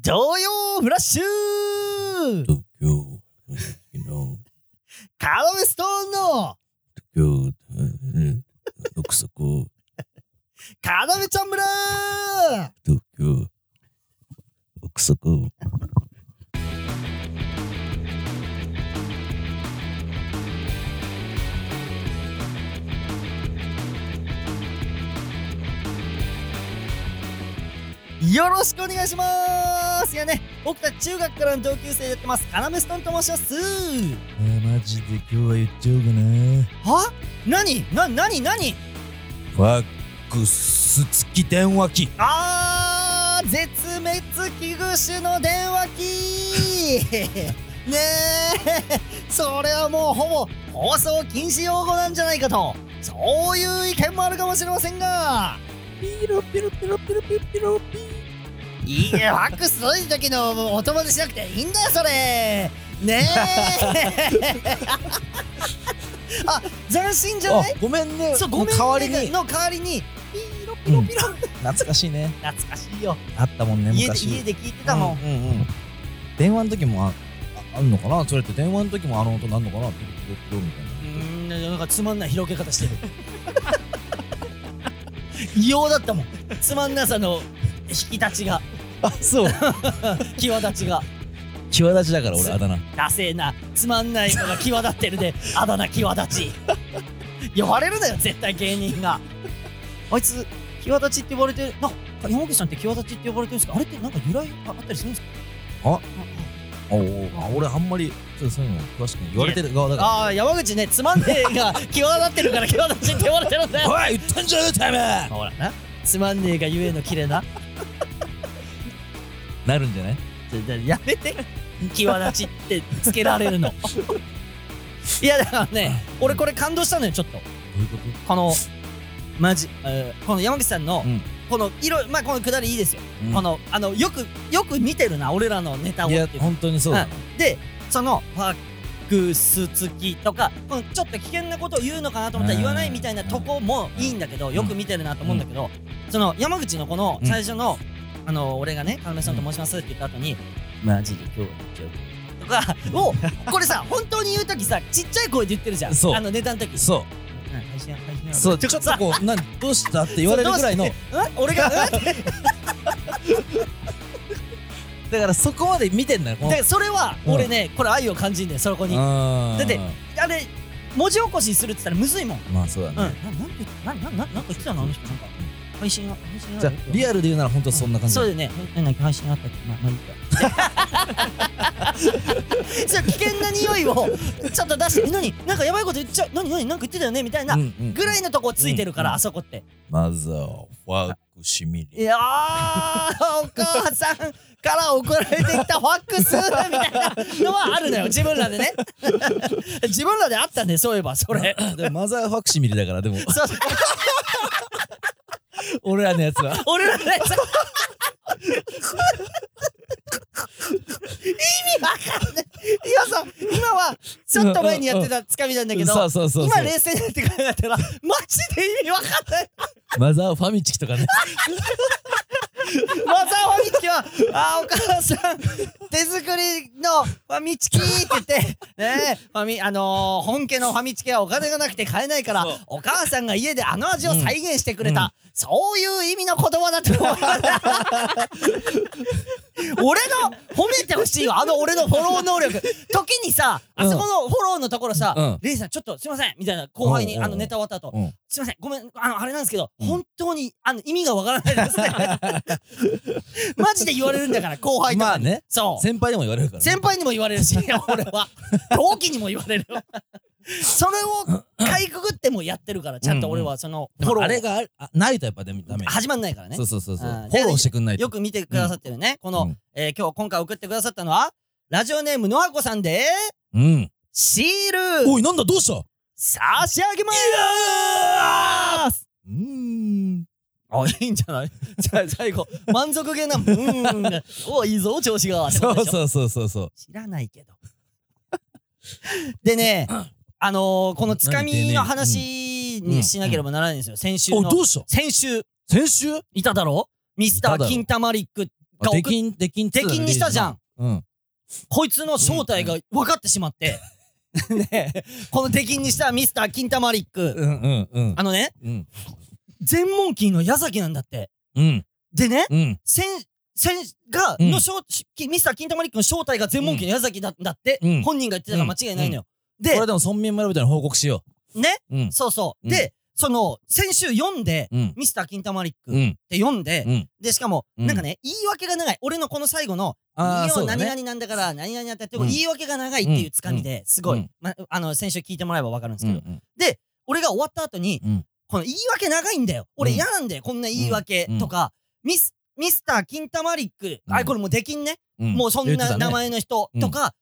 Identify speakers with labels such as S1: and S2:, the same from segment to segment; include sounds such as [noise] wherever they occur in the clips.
S1: 常用フラッシュ
S2: 東京、東京、
S1: カーメストーンの
S2: 東京、奥底、
S1: カナメちゃん村
S2: 東京、奥底。
S1: よろしくお願いしますいやね、僕たち中学からの同級生やってます、カナメストーンと申します
S2: あー、マジで今日は言っちゃおうかな。
S1: は何な、なになに
S2: ファックス付き電話機。
S1: あー、絶滅危惧種の電話機 [laughs] ねえ、それはもうほぼ放送禁止用語なんじゃないかと、そういう意見もあるかもしれませんが、
S2: ピロピロピロピロピロピロピ
S1: いいや、ファックス届いた時のお友達しなくていいんだよ、それ。ね [laughs] え。あ、斬新じゃない
S2: あ、ごめんね。
S1: そう、ごめんね。
S2: 代わりに。
S1: の代わりに、ピロピロピロ。
S2: 懐かしいね。
S1: 懐かしいよ。
S2: あったもんね、
S1: 家で、
S2: 昔。
S1: 家で聞いてたもん。
S2: うんうんうん電話の時もあああんのかなそれって電話の時もあの音なんのかなピロピロピロみたいな
S1: うーん、なんかつまんない広げ方 [laughs] してる。異様だったもん。つまんなさの引き立ちが、
S2: あそう
S1: [laughs] 際立ちが。
S2: 際立ちだから俺
S1: す
S2: あだ名
S1: ダセえなつまんないのが際立ってるであだ名際立ち呼ばれるなよ絶対芸人があいつ際立ちって呼ばれてなんか山口さんって際立ちって呼ばれてるんですかあれってなんか由来ああったりするんですか
S2: あおうおうあ俺あんまりちょっとそういうの詳しくない言われてる側だか
S1: ああー山口ねつまんねえが際立ってるから際立ちって呼ばれてるんだ
S2: ら [laughs]
S1: よ
S2: おい言ったんじゃねえタイム
S1: ほらなつまんねえがゆえの綺麗な
S2: なるんじゃない
S1: ちょちょやめて際立ちってつけられるのいやだからね俺これ感動したのよちょっと
S2: どういうこと
S1: このマジ、えーこの山口さんの、
S2: うん
S1: この色まあこのくだりいいですよ、
S2: うん
S1: このあのよくよく見てるな俺らのネタをって
S2: い
S1: い
S2: や
S1: う
S2: 本当にそうだね
S1: でそのファックス付きとかこのちょっと危険なことを言うのかなと思ったら
S2: うん
S1: 言わないみたいなとこもいいんだけど、
S2: ん
S1: よく見てるなと思うんだけど、その山口のこの
S2: うん
S1: 最初の、あの俺がね「カメさんと申します」って言った後に「マジで今日は行っちゃう」とかをこれさ本当に言う時さちっちゃい声で言ってるじゃん
S2: そう
S1: あのネタの時
S2: そ
S1: うん配信配信
S2: うそうちょっとこうなんどうしたって言われるぐらいの
S1: そうどうしてうん俺がうんって
S2: だからそこまで見てんだよこの
S1: でそれは
S2: うん
S1: 俺ねこれ愛を感じんだよそこに
S2: あー
S1: だってあれ文字起こしするって言ったらむずいもんうん
S2: まあそうだ
S1: な
S2: ね
S1: んてななななんか言ってたのあの人なんか配信が配信が
S2: じゃあリアルで言うなら本当そんな感じ
S1: そうだよねえなんか配信があったっけまあまあいい
S2: [laughs]
S1: かそう危険な匂いをちょっと出して何なんかやばいこと言っちゃう何何なんか言ってたよねみたいな
S2: うんうん
S1: ぐらいのとこついてるから、
S2: うん
S1: あそこって
S2: マザーファックシミリ
S1: いやー、お母さんから送られてきたファックスみたいなのはあるのよ、自分らで
S2: [laughs]
S1: ね。自分らであったね、そういえば、それ。
S2: でもマザーファクシミリだからでも
S1: そう
S2: 俺らのやつは
S1: 俺らね、 [laughs] さ意味わかんない。いやさ、今は、ちょっと前にやってたつかみなんだけど、
S2: そうそうそうそ
S1: 今
S2: う
S1: 冷静になって考えたら、マジで意味わかんない。
S2: マザーファミチキとかね
S1: マザーファミチキは、あーお母さん、手作りのファミチキって言
S2: [laughs]
S1: って、ねえ、ファミ、あのー本家のファミチキはお金がなくて買えないから
S2: そう、
S1: お母さんが家であの味を再現してくれた、そういう意味の言葉だと思う。
S2: [laughs]
S1: 俺の、褒めてほしいよ、あの俺のフォロー能力。時にさ、あそこのフォローのところさ、
S2: うん
S1: レイさんちょっとすいません、みたいな後輩に
S2: うんうん
S1: あ
S2: うん
S1: のネタ終わった後、
S2: うん
S1: すいません、ごめん、あの、あれなんですけど、
S2: うん
S1: 本当に、あの、意味がわからない
S2: [laughs]
S1: ですね。マジで言われるんだから、後輩とかに。
S2: まあね
S1: そう。
S2: 先輩でも言われるからね
S1: 先輩にも言われる
S2: [laughs]
S1: し、俺は。同期にも言われる。それをかいくぐってもやってるから、ちゃんと俺はその、
S2: で
S1: フォ
S2: も
S1: ロ
S2: あれ
S1: ー。
S2: があるあないとやっぱダメダメ
S1: 始まんないからね
S2: そ。うそうそうそうフ
S1: あー
S2: ォローしてくんないと
S1: よく見てくださってるね。こ
S2: う
S1: の
S2: ん、
S1: えー今日、今回送ってくださったのは、ラジオネームのあこさんで、
S2: うん
S1: シール、
S2: おいなんだどうしたう
S1: 差し上げます
S2: ーん
S1: あ、いいんじゃない [laughs] じゃあ最後、満足げな、うーんが、お、いいぞ、調子が。ってこ
S2: そ
S1: と
S2: う
S1: でしょ
S2: そうそうそうそう
S1: 知らないけど。でね、あのー、このつかみの話にしなければならないんですよ。先週
S2: おい
S1: の。
S2: どうし
S1: 先週、
S2: た先週
S1: いただろミスタ
S2: いただ
S1: ー・
S2: ろ
S1: キンタマリックが
S2: 出禁、出禁2
S1: 出禁にしたじゃん。
S2: うん。
S1: こいつの正体が分かってしまって、 [laughs] ねこの出禁にしたミスター金玉リック、
S2: うんうんうん。
S1: あのね、
S2: うん。
S1: 全問金の矢崎なんだって。
S2: うん。
S1: でね、
S2: うん。
S1: 先、先が、
S2: うん
S1: の正、きミスター金玉リックの正体が全問金の矢崎だだって、
S2: うん
S1: 本人が言ってたから間違いないのよ。で
S2: これ、でも村民村人に報告しよ
S1: ね、
S2: う。うん。
S1: そうそう。
S2: うん
S1: で、その、先週読んで、
S2: うん。
S1: ミスター金玉リック
S2: う
S1: っ
S2: ん。
S1: て読んで、
S2: うん
S1: で、しかも、
S2: うん
S1: なんかね、言い訳が長い。俺のこの最後の、
S2: ああ、
S1: いい
S2: そ
S1: よ
S2: うだ
S1: 何
S2: ね。
S1: 々なんだから、何々やってって、
S2: うん
S1: 言い訳が長いっていうつかみですごい、
S2: うん
S1: ま、あの、先週聞いてもらえばわかるんです
S2: う
S1: け
S2: ん
S1: ど、俺が終わった後に、
S2: うん
S1: この言い訳長いんだよ。俺
S2: うん
S1: 嫌なんだよ、こんな言い訳
S2: うん
S1: とか、ミス、ミスター金玉リック、
S2: うん
S1: あ、これもうできんね。
S2: うん。
S1: もうそん
S2: 言ってた
S1: な
S2: ね
S1: 名。前の人とか、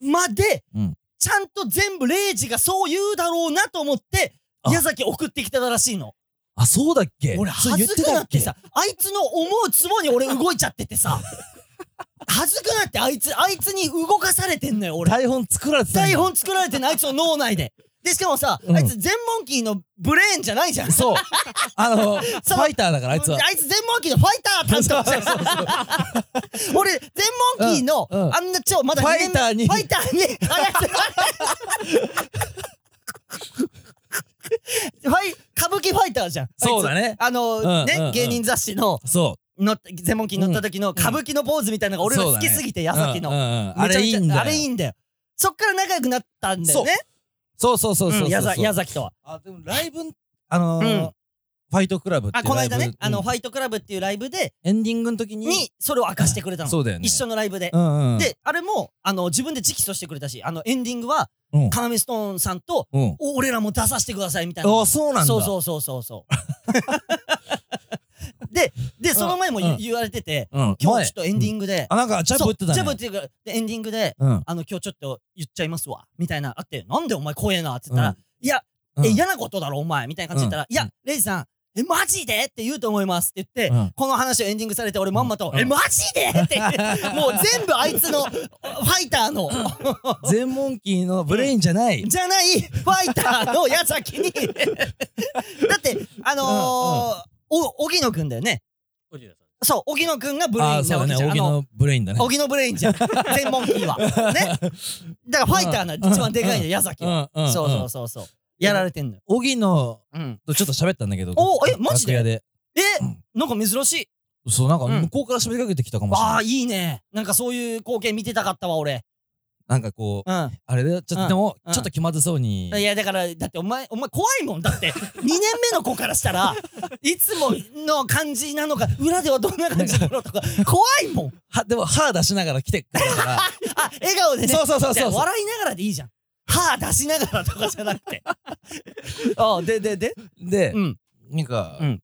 S1: まで、
S2: うん
S1: ちゃんと全部レイジがそう言うだろうなと思って、
S2: あ
S1: 矢崎送ってきたらしいの。
S2: あ、そうだっけ
S1: 俺
S2: そう
S1: 恥
S2: 言
S1: ず
S2: て
S1: く
S2: た
S1: な
S2: っ
S1: っ
S2: け
S1: てさ、あいつの思うツボに俺動いちゃっててさ、恥ずくなってあいつ、あいつに動かされてんのよ、俺。
S2: 台本作られてたんだ
S1: 台本作られてんの、あいつの脳内で。で、しかもさ、
S2: うん
S1: あいつ全モンキーのブレーンじゃないじゃん。 [laughs]
S2: そう。あの、フ
S1: そう
S2: ァイターだから、あいつは。
S1: あいつ全モンキーのファイター担当してる。俺、全モンキーの、
S2: うんうん
S1: あんな超、まだ
S2: ファイターに
S1: ファイターに、ファイ、歌舞伎ファイターじゃん。
S2: そうだね
S1: あいつあの、
S2: うんうんう
S1: ね
S2: ん、
S1: 芸人雑誌の、
S2: そ
S1: 乗った、全問金乗った時の歌舞伎のポーズみたいなのが俺ら
S2: そう
S1: 好
S2: だ
S1: き
S2: ね
S1: すぎて、
S2: う。
S1: 矢崎
S2: うん
S1: の。
S2: うんうんあ
S1: めちゃ
S2: れ
S1: め
S2: い
S1: ち
S2: い
S1: ゃ
S2: んだよ。
S1: あれいいんだよ。そっから仲良くなったんだよね。
S2: そうそうそうそうう。
S1: ん矢崎矢崎とは。
S2: あ、でもライブ、あの
S1: うん
S2: ー、ファイトクラブってい
S1: あ、
S2: う
S1: この間
S2: ライ
S1: ね
S2: ブ、
S1: あの、
S2: うん
S1: ファイトクラブっていうライブで、
S2: エンディングの時に、
S1: に、それを明かしてくれたの。
S2: そうだよね。
S1: 一緒のライブで。
S2: うんうん。、
S1: で、あれも、あの、自分で直訴してくれたし、あの、エンディングは、
S2: うん。
S1: カナメストーンさんと、
S2: うん。
S1: お俺らも出させてください、みたいな。
S2: あ、そうなんだ。
S1: そうそうそうそう [laughs] そう。で、で、その前も
S2: う
S1: 言
S2: ん
S1: 言われてて、
S2: うん。
S1: 今日ちょっとエンディ
S2: グ。
S1: ングで、
S2: あ、なんか、ジャブ打ってたね。
S1: ジャブっていうか、でエンディングで、
S2: うん。
S1: あの、今日ちょっと言っちゃいますわ、みたいな、あって、なんでお前怖えな、って言ったら、
S2: うん
S1: いや、
S2: うん
S1: え、嫌なことだろ、お前、みたいな感じで言ったら、
S2: うん
S1: いや、レイジさん、え、マジでって言うと思いますって言って、
S2: うん
S1: この話をエンディングされて、俺まんまと、
S2: うん
S1: え、マジでって
S2: [laughs]
S1: 言って、もう全部あいつの、ファイターの、
S2: 全モンキーのブレインじゃない。
S1: じゃない、ファイターの矢先
S2: [laughs]
S1: に、だって、あのーお、荻野くんだよね。そう、荻野くんがブレイ
S2: あ、
S1: ン
S2: そ
S1: な
S2: う
S1: わ
S2: だ
S1: けじゃん。
S2: ね。荻
S1: あの
S2: 野ブレインだね。
S1: 荻野ブレインじゃん。全問キ
S2: [laughs]
S1: ーは。ね。だからファイターな、一番でかいんだよ、矢崎
S2: う
S1: は。
S2: んうんん。
S1: そうそうそうそう。やられてんのよ。
S2: 荻野
S1: うん。
S2: とちょっと喋ったんだけど。
S1: おえマジで
S2: 楽屋で。
S1: えなんか珍しい。
S2: そう、なんか
S1: うん
S2: 向こうから喋りかけてきたかもしれ
S1: わ
S2: な
S1: あ、
S2: い。
S1: いいね。なんかそういう光景見てたかったわ、俺。
S2: なんかこう、
S1: うん。
S2: あれだよ。ちょっ
S1: うん
S2: と、でも
S1: う、ん
S2: ちょっと気まずそうに。
S1: いや、だから、だってお前、お前怖いもん。だ
S2: [laughs]
S1: って、2年目の子からしたら、いつもの感じなのか、裏ではどんな感じだろうとか、怖いもん。
S2: は、でも、歯出しながら来てくれ
S1: [laughs]
S2: たから。
S1: あ、笑顔でね。
S2: そうそうそうそう
S1: いや笑いながらでいいじゃん。歯出しながらとかじゃなくて。ああ、で、で、で
S2: で
S1: う、ん、
S2: なんか
S1: うん、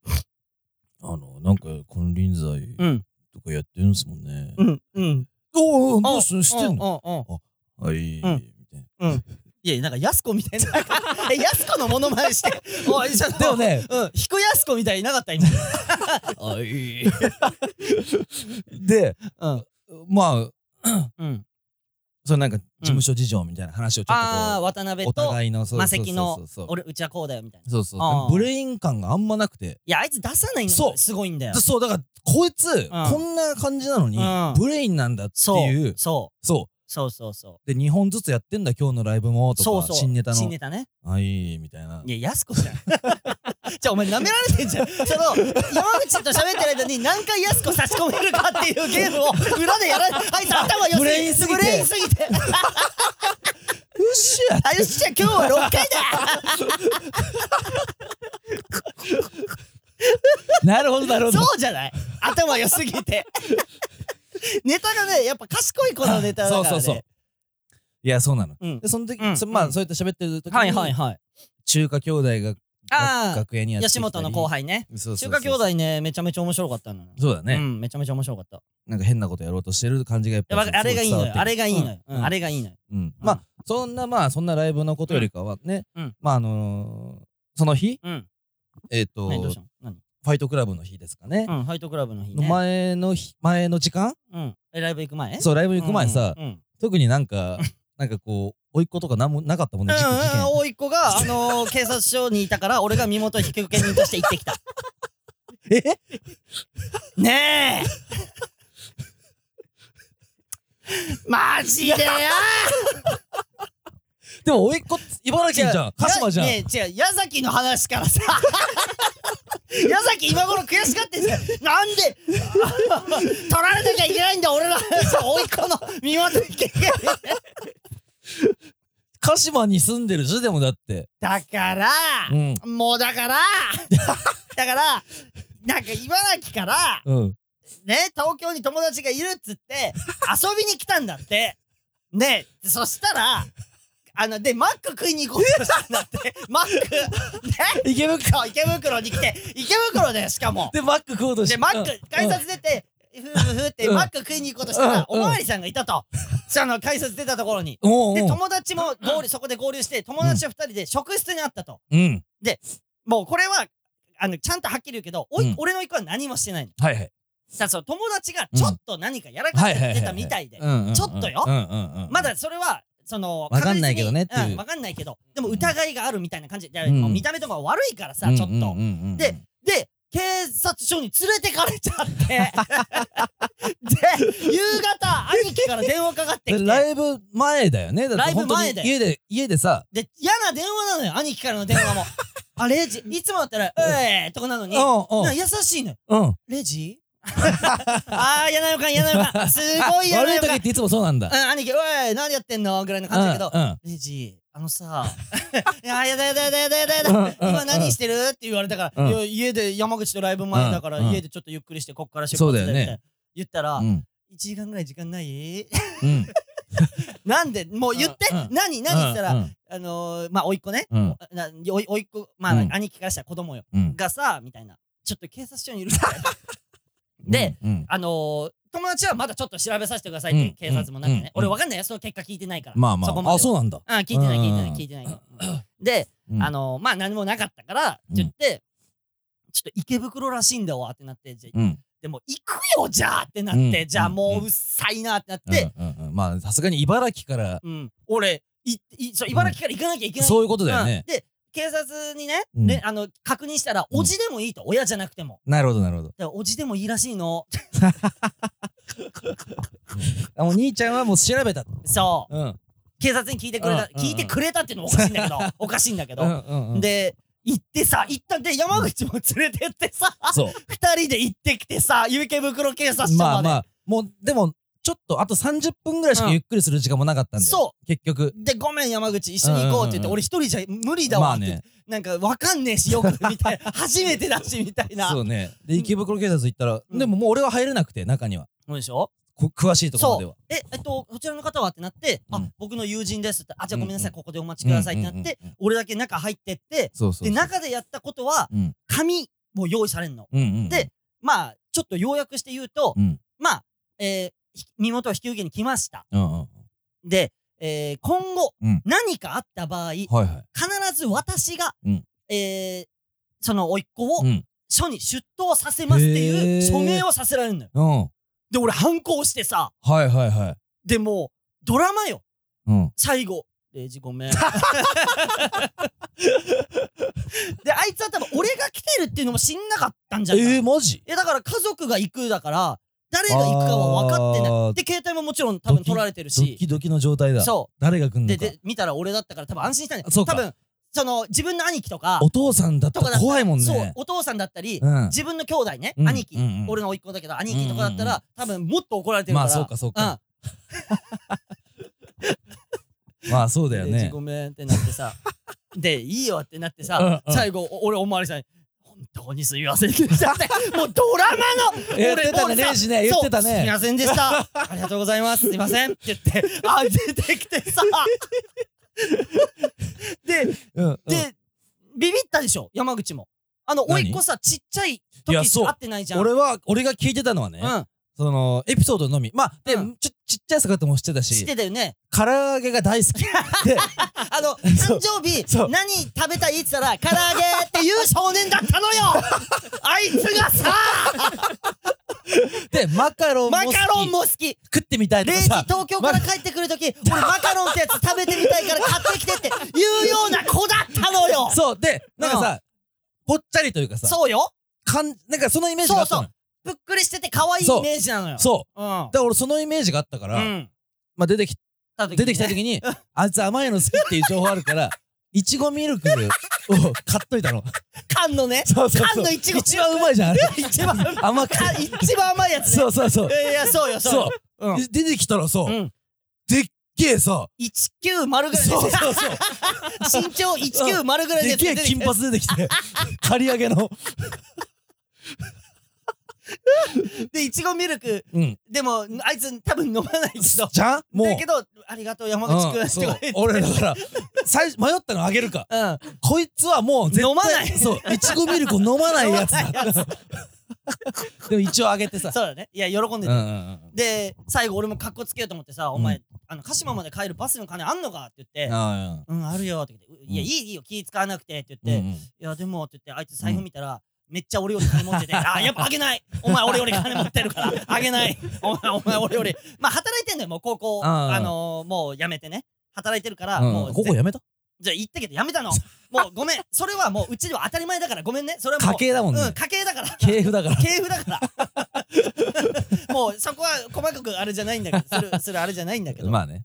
S2: あの、なんか、金輪際
S1: うん、
S2: とかやってるんすもんね。
S1: うん、うん。
S2: おお、どうすんしてんの
S1: のうん、うん。
S2: はい、み
S1: うん
S2: たいな。
S1: いや、なんか、やすこみたいな。 [laughs] え、やすこのモノマネして。おい、ちょっと。
S2: でもね、
S1: うん、ひこやすこみたいになかった、今。おい。
S2: [laughs] で、
S1: うん、
S2: まあ、
S1: うん。
S2: そのなんか、事務所事情みたいな話をちょっ
S1: ああ、渡
S2: とこ
S1: 辺
S2: う、お
S1: と、
S2: 互いの、そう
S1: マ
S2: そ
S1: セ
S2: う
S1: キ
S2: そ
S1: の
S2: うそう。
S1: 俺うちはこうだよみたいな
S2: そうそう
S1: あ
S2: そ
S1: ー
S2: う。ブレイン感があんまなくて。
S1: いやあいつ出さないの
S2: そう
S1: がすごいんだよ
S2: そう、だから、こいつ、こんな感じなのに
S1: うん、
S2: ブレインなんだって
S1: そう
S2: いう、
S1: そ
S2: そう
S1: そうそうそう
S2: う。で、2本ずつやってんだ、今日のライブも、と
S1: そう
S2: か、
S1: そう
S2: 新ネタ
S1: 新
S2: の
S1: ネ。タね
S2: はい、みたいな。
S1: いややす子
S2: [laughs]
S1: じゃんじゃあお前舐められてんじゃんその山口と喋ってる間に何回やす子差し込めるかっていうゲームを裏でやられあいつ頭良すぎて
S2: ブレインすぎて
S1: ブレインすぎて
S2: うっしゃ
S1: あよっしゃ今日は6回だ
S2: なるほど、なるほど。
S1: そうじゃない頭良すぎてネタがねやっぱ賢い子のネタだからね
S2: そうそうそういや、そうなの。
S1: うん
S2: で、その時、
S1: うん
S2: そま
S1: う
S2: あ、
S1: ん
S2: そうやって喋ってる時に、
S1: はいはいはい
S2: 中華兄弟が
S1: あー
S2: 楽楽屋にやってきた
S1: 吉
S2: り
S1: 本の後。輩ね
S2: そうそ
S1: 中
S2: うそう
S1: 華兄。弟ねめちゃめちゃ面白かったのよ
S2: そうだ
S1: う
S2: ね。
S1: んめちゃめちゃ面白かった
S2: なんか変なことやろうとしてる感じがやっぱ
S1: わあれがいいのよあれがいいのよ、うんあ
S2: れ。
S1: れがいいのよ
S2: うん。まあ、そんな、まあ、そんなライブのことよりかはね
S1: うんうん、
S2: まあ、あのー、その日、
S1: うん
S2: えっと、
S1: 何どうした
S2: フ
S1: の何
S2: ァイトクラブの日ですかね
S1: う。んファイトクラブの日
S2: の
S1: ね
S2: 前の日、前の時間
S1: うんえライブ行く前
S2: そう、ライブ行く前さ
S1: う、んうんうん
S2: 特にな
S1: [laughs]
S2: んか、なんかこう、甥っ子とかなんもなかったもんね、事
S1: うんうん
S2: 事件。
S1: 甥いっ子が、あの
S2: [laughs]
S1: ー、警察署にいたから、俺が身元引受人として行ってきた。
S2: [laughs] え
S1: ねえマジでや
S2: でも、甥っ子、茨城じゃん。鹿島じゃん。
S1: ねえ違う、矢崎の話からさ。 [laughs] 矢崎今頃悔しがってんじゃん。なんで、 [laughs] 取られなきゃいけないんだ、俺の話を、甥っ子の見守り経験。
S2: 鹿島に住んでるし、でもだって。
S1: だから、
S2: うん。
S1: もうだから、だから、なんか茨城から、
S2: うん。
S1: ね、東京に友達がいるっつ
S2: [laughs]
S1: って、遊びに来たんだって。ね、そしたら、あの、で、マック食いに行こうとしたんだ
S2: [laughs]
S1: って。マック、ね、
S2: 池袋
S1: そう池袋に来て、池袋で、しかも。
S2: でマック食おうとして。
S1: で、マッ
S2: うん
S1: ク、改札出て、ふーふーふーって、
S2: うん
S1: マック食いに行こうとしたら、
S2: う
S1: お
S2: ん
S1: まわりさんがいたと。その、改札出たところに。
S2: おう
S1: で、
S2: おう
S1: 友達も合流、そこで合流して、友達と二人で職室にあったと。
S2: うん。
S1: もう、これは、あの、ちゃんとはっきり言うけど、おい
S2: うん
S1: 俺の一個は何もしてないの。
S2: はいはい。
S1: さあ、その友達がちょっと何かやらか
S2: は
S1: し
S2: いはいはいは
S1: て
S2: い。
S1: たみたいで
S2: う。んうんうん
S1: ちょっとよ
S2: うんうんうん。
S1: ま。だそれは、その、
S2: わかんないけどね
S1: 確実にう
S2: っていう
S1: んわかんないけど、でも疑いがあるみたいな感じで、
S2: うん
S1: もう見た目とか悪いからさ、ちょっと。
S2: うんうんうんうん。
S1: で、で、警察署に連れてかれちゃって。で、夕方、兄貴から電話かかって
S2: で
S1: き
S2: ラ
S1: て。
S2: イブ前だよね。だって
S1: ライブ前だよ
S2: 本当に家で、家でさ、
S1: で、嫌な電話なのよ、兄貴からの電
S2: [laughs]
S1: 話も。あ、レイジ、いつもだったら、ええとかなの
S2: う
S1: に、なん優しいのよ。
S2: うんうん。
S1: レイジ [laughs] あー、嫌な予感、嫌な予感。すごい嫌な
S2: 悪い
S1: 予
S2: 時
S1: 感
S2: っ。ていつもそうなんだ
S1: う。ん、兄貴、おい、何やってんのぐらいの感じだけど、
S2: うんうん
S1: レイジ、あのさ、いや、やだやだやだやだやだや
S2: うんうん
S1: だ、今何してるって言われたか
S2: う
S1: ら、
S2: ん
S1: いや家で、山口とライブ前だから、
S2: うん
S1: 家でちょっとゆっくりして、こっから出
S2: そう
S1: 発だ
S2: だよ
S1: よ
S2: ね
S1: ね。言ったら、
S2: うん。
S1: 1時間ぐらい時間ない
S2: うん。
S1: なんでもう言って、
S2: うんうん
S1: 何何って言ったら、
S2: うん
S1: あのー、まあ、甥っ子ね。
S2: うん。
S1: なおい甥っ子、まあ、
S2: うん
S1: 兄貴からしたら子供よ。
S2: うん。
S1: がさ、みたいな。ちょっと警察署にいるから。で、
S2: うん、
S1: あのー、友達はまだちょっと調べさせてくださいって、
S2: うん
S1: 警察もなんかね。
S2: うん
S1: 俺わかんないよ、その結果聞いてないから。
S2: まあま
S1: そこ
S2: あ、
S1: ま
S2: あ、
S1: では。
S2: そうなんだ。
S1: うん、聞いてない、
S2: う
S1: 聞
S2: ん
S1: いてない、聞いてない。で、
S2: うん
S1: あ、のー、まあ何もなかったから、って言って、ちょっと池袋らしいんだわってなって、じゃ
S2: うん。
S1: でも行くよ、じゃあってなって、
S2: うん
S1: じゃあも
S2: ん
S1: ううっさいなってなっ
S2: うん
S1: て、
S2: うんうん、まあ、さすがに茨城から、
S1: うん、俺いいそう茨城から行かなきゃいけない、
S2: そういうことだよね
S1: うん。で警察にね,、
S2: うん
S1: ねあの確認したら
S2: うん
S1: おじでもいいと、親じゃなくても
S2: なるほど、なるほど。
S1: だからおじでもいいらしいの
S2: あお兄ちゃんはもう調べた。
S1: そう
S2: うん。うん
S1: 警察に聞いてくれた、
S2: うん
S1: 聞いてくれたっていうのもおかしいんだけどおかしいんだけ
S2: う
S1: ど、
S2: んうんうん。、
S1: で行ってさ行ったで山口も連れてってさ
S2: そう。
S1: 二人で行ってきてさ池袋警察署
S2: ま
S1: ま
S2: あ
S1: で、
S2: まあ、もう、でも、ちょっと、あと30分ぐらいしかゆっくりする時間もなかったんで。。
S1: そう
S2: 結
S1: う
S2: 局。
S1: でごめん山口一緒に行こうって言って、
S2: うんうんうん
S1: 俺一人じゃ無理だ
S2: ま
S1: わっ
S2: あ
S1: て、
S2: ね。
S1: なんかわかんねえしよくみ
S2: [laughs]
S1: たいな初めてだしみたいな
S2: そうね。で、池袋警察行ったら、
S1: うん
S2: でももう俺は入れなくて、中には。
S1: そうでしょ
S2: こ詳しいところまでは。
S1: え、えっと、こちらの方はってなって、
S2: う
S1: あ
S2: ん、
S1: 僕の友人ですって、あ、じゃあ
S2: うん
S1: ごめんなさい、ここでお待ちくださいってなって、
S2: うんうんうんうん
S1: 俺だけ中入ってって、
S2: そうそうそう。
S1: で、中でやったことは、
S2: うん
S1: 紙も用意されんの。
S2: うんうんうん。
S1: で、まあ、ちょっと要約して言うと、
S2: うん。
S1: まあ、えーひ身元を引き受けに来ました。
S2: うんうん。
S1: で、えー今後、
S2: うん
S1: 何かあった場合、必
S2: はいはい。
S1: ず私が、
S2: うん
S1: えーその甥っ子を
S2: うん。
S1: 署に出頭させますってい
S2: へ
S1: う
S2: ー
S1: 署名をさせられるのよ。
S2: うん。
S1: で、俺反抗してさ、
S2: はいはいはい。
S1: でもう、ドラマよ。
S2: うん。
S1: 最後、レイジごめん。で、あいつは多分俺が来てるっていうのも知んなかったんじゃないかな
S2: えー、マジ
S1: いや、だから家族が行くだから、誰が行くかは分かって
S2: あ
S1: ない。
S2: ー
S1: で、携帯ももちろん多分取られてる
S2: ド
S1: し
S2: キ、ドキの状態だ。
S1: そ
S2: 誰が来ん
S1: う。
S2: の
S1: で、
S2: か。
S1: で、見たら俺だったから多分安心したんだ
S2: そうか
S1: 多分、その、自分の兄貴とか、
S2: お父さんだった
S1: とからだったら
S2: 怖いもんね。
S1: そう、お父さんだったり、
S2: うん。
S1: 自分の兄弟ね、
S2: うん
S1: 兄貴、
S2: うんうん
S1: 俺の甥っ子だけど、兄貴とかだったら、多分もっと怒られてるか
S2: ま
S1: ら。
S2: あそうかそうか。
S1: う。
S2: まあそうんだよ
S1: レイジ
S2: ね。
S1: ごめんってなって
S2: [laughs]
S1: さ、で、いいよってなってさ、
S2: うんうん
S1: 最後、お俺、おまわりさんに、本当にすみませんでした
S2: [laughs]
S1: って、もうドラマの、
S2: 言ってた
S1: 俺俺
S2: ね、
S1: さ
S2: レイジね。言ってた
S1: そうすみ
S2: ね。
S1: ませんでした。ありがとうございます。すみませんって言って、あ、出てきてさ。で、
S2: うん。うん
S1: で、ビビったでしょ、山口も。あの、甥
S2: 何
S1: っ子さ、ちっちゃい
S2: いや
S1: 時し
S2: そう
S1: か会ってないじゃん。
S2: 俺は、俺が聞いてたのはね、
S1: う
S2: その、エピソードのみ。まあ、で、
S1: うん
S2: ちょちっちゃい姿も知ってた
S1: ん。知っ
S2: し、
S1: てたよね。
S2: 唐揚げが大
S1: [laughs]
S2: 好き。で、
S1: あの、
S2: そう
S1: 誕生日
S2: そう、
S1: 何食べたいって言ったら、唐揚げっていう少年だったの
S2: [laughs]
S1: よあいつがさ、
S2: で、マカロンも
S1: マ
S2: 好き。
S1: カロンも好き。
S2: 食ってみたいと
S1: レ
S2: か
S1: イジ
S2: さ。
S1: 東京から帰ってくるとき、俺マカロンってやつ食べてみたいから買ってきてって言うような子だったのよ
S2: [laughs] そう。で、なんかさ、ぽっちゃりというかさ、
S1: そうよ
S2: かん、なんかそのイメージがあったのよ
S1: ぷっくりしてて可愛いイメージなのよ。
S2: そう。
S1: うん。
S2: だから俺そのイメージがあったから、
S1: うん。
S2: まあ、出てき、
S1: た時
S2: 出てきた時に、あいつ甘いの好きっていう情報ある [laughs] から、いちごミルクを買っといたの。
S1: 缶のね
S2: [laughs] そうそうそ
S1: 缶
S2: う
S1: の。いちご
S2: 一番うまいじゃん、あれ。
S1: 一番
S2: 甘くて。
S1: あ一番甘いやつね
S2: そうそうそう。
S1: いやいやそうよそう
S2: そ
S1: よ
S2: う。
S1: うん
S2: 出てきたらさ、
S1: うん
S2: でっけえさ、
S1: 190ぐらいです
S2: そうそうそう。
S1: [laughs] 身長190ぐらい
S2: でっ
S1: です
S2: けえ金髪 [laughs] 出てき [laughs] て、刈り上げの。
S1: でいちごミルク
S2: うん。
S1: でもあいつ多分飲まないけど
S2: じゃん [laughs] もう
S1: だ。けどありがとう山口くん
S2: うん
S1: と
S2: そ
S1: か
S2: う
S1: 言って
S2: 俺だから、最初迷ったのあげるか。
S1: うん
S2: こいつはもう絶対
S1: 飲まない
S2: そう、いちごミルクを [laughs] 飲まないやつ
S1: 飲ま
S2: だ。でも一応あげてさ。
S1: そうだねいや喜んで
S2: うん
S1: た
S2: うんうん。
S1: で最後俺も格好つけようと思ってさ「お前あの鹿島まで帰るバスの金あんのか?」って言って
S2: あ
S1: 「うんあるよ」って言って「いやいいいいよ気使わなくて」って
S2: あうん
S1: 言って「
S2: うん
S1: いやでも」って言ってあいつ財布見たらめっちゃ俺より金持
S2: [laughs]
S1: ってて「あやっぱあげないお前俺より金持ってるからあげないお前お前俺よりまあ働いてんのよもう高校
S2: うんうん
S1: あのーもう辞めてね働いてるから
S2: うん
S1: もう
S2: ここやめた
S1: じゃあ言ったけどやめ
S2: [laughs]
S1: たのもうごめんそれはもううちでは当たり前だからごめんねそれはも
S2: 家
S1: う
S2: 計だもんね
S1: うん。家計だ
S2: [laughs]
S1: から
S2: 系譜だから。
S1: 系譜だから [laughs] もうそこは細かくあれじゃないんだけどするするあれじゃないんだけど、
S2: まあね。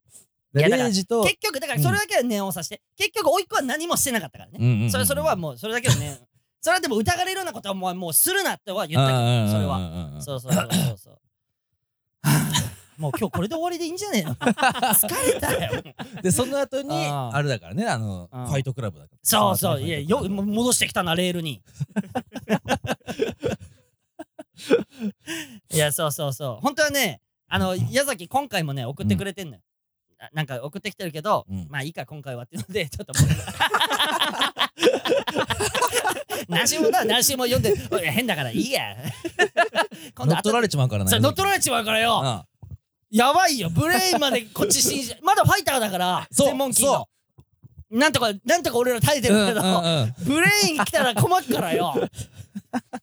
S1: い
S2: で
S1: やだから
S2: レイジと、
S1: 結局だからそれだけは念をさして、結局甥っ子は何もしてなかったからね、
S2: そ
S1: それそれはもうそれだけはねそれはでも疑われるようなことはもうもうするなっては言
S2: う
S1: っ
S2: ん
S1: た
S2: う
S1: け
S2: んうんうんうん、
S1: どそれは
S2: うん
S1: そうそうそうそう
S2: [laughs]
S1: そうもう今日これで終わりでいいんじゃねえ
S2: [laughs]
S1: の疲れたよ
S2: で、その後に、
S1: あー
S2: あれだからね、あの、フ
S1: うん
S2: ァイトクラブだから。
S1: そうそ
S2: の
S1: う
S2: 後
S1: い
S2: に
S1: や
S2: ファイト
S1: よ
S2: クラブ
S1: も戻してきたなレール
S2: [laughs]
S1: にいやそうそうそう本当はねあの矢崎今回もね送ってくれてんのよ、ななんか送ってきてるけど、
S2: うん
S1: まあいいか今回はっていうのでちょっ
S2: [laughs]
S1: ともう何週もな何週も読んでおい変だからいい
S2: [laughs]
S1: や今
S2: 乗っ取ら
S1: れ
S2: れちまうからね。
S1: 乗っ取られちまうからよ
S2: うん
S1: やばいよブレインまでこっち信じまだファイターだから
S2: そう
S1: 専門機のなんとかなんとか俺ら耐えて
S2: うん
S1: る
S2: うん
S1: けど、
S2: うん
S1: ブレイン来たら困っから
S2: [laughs]
S1: よ。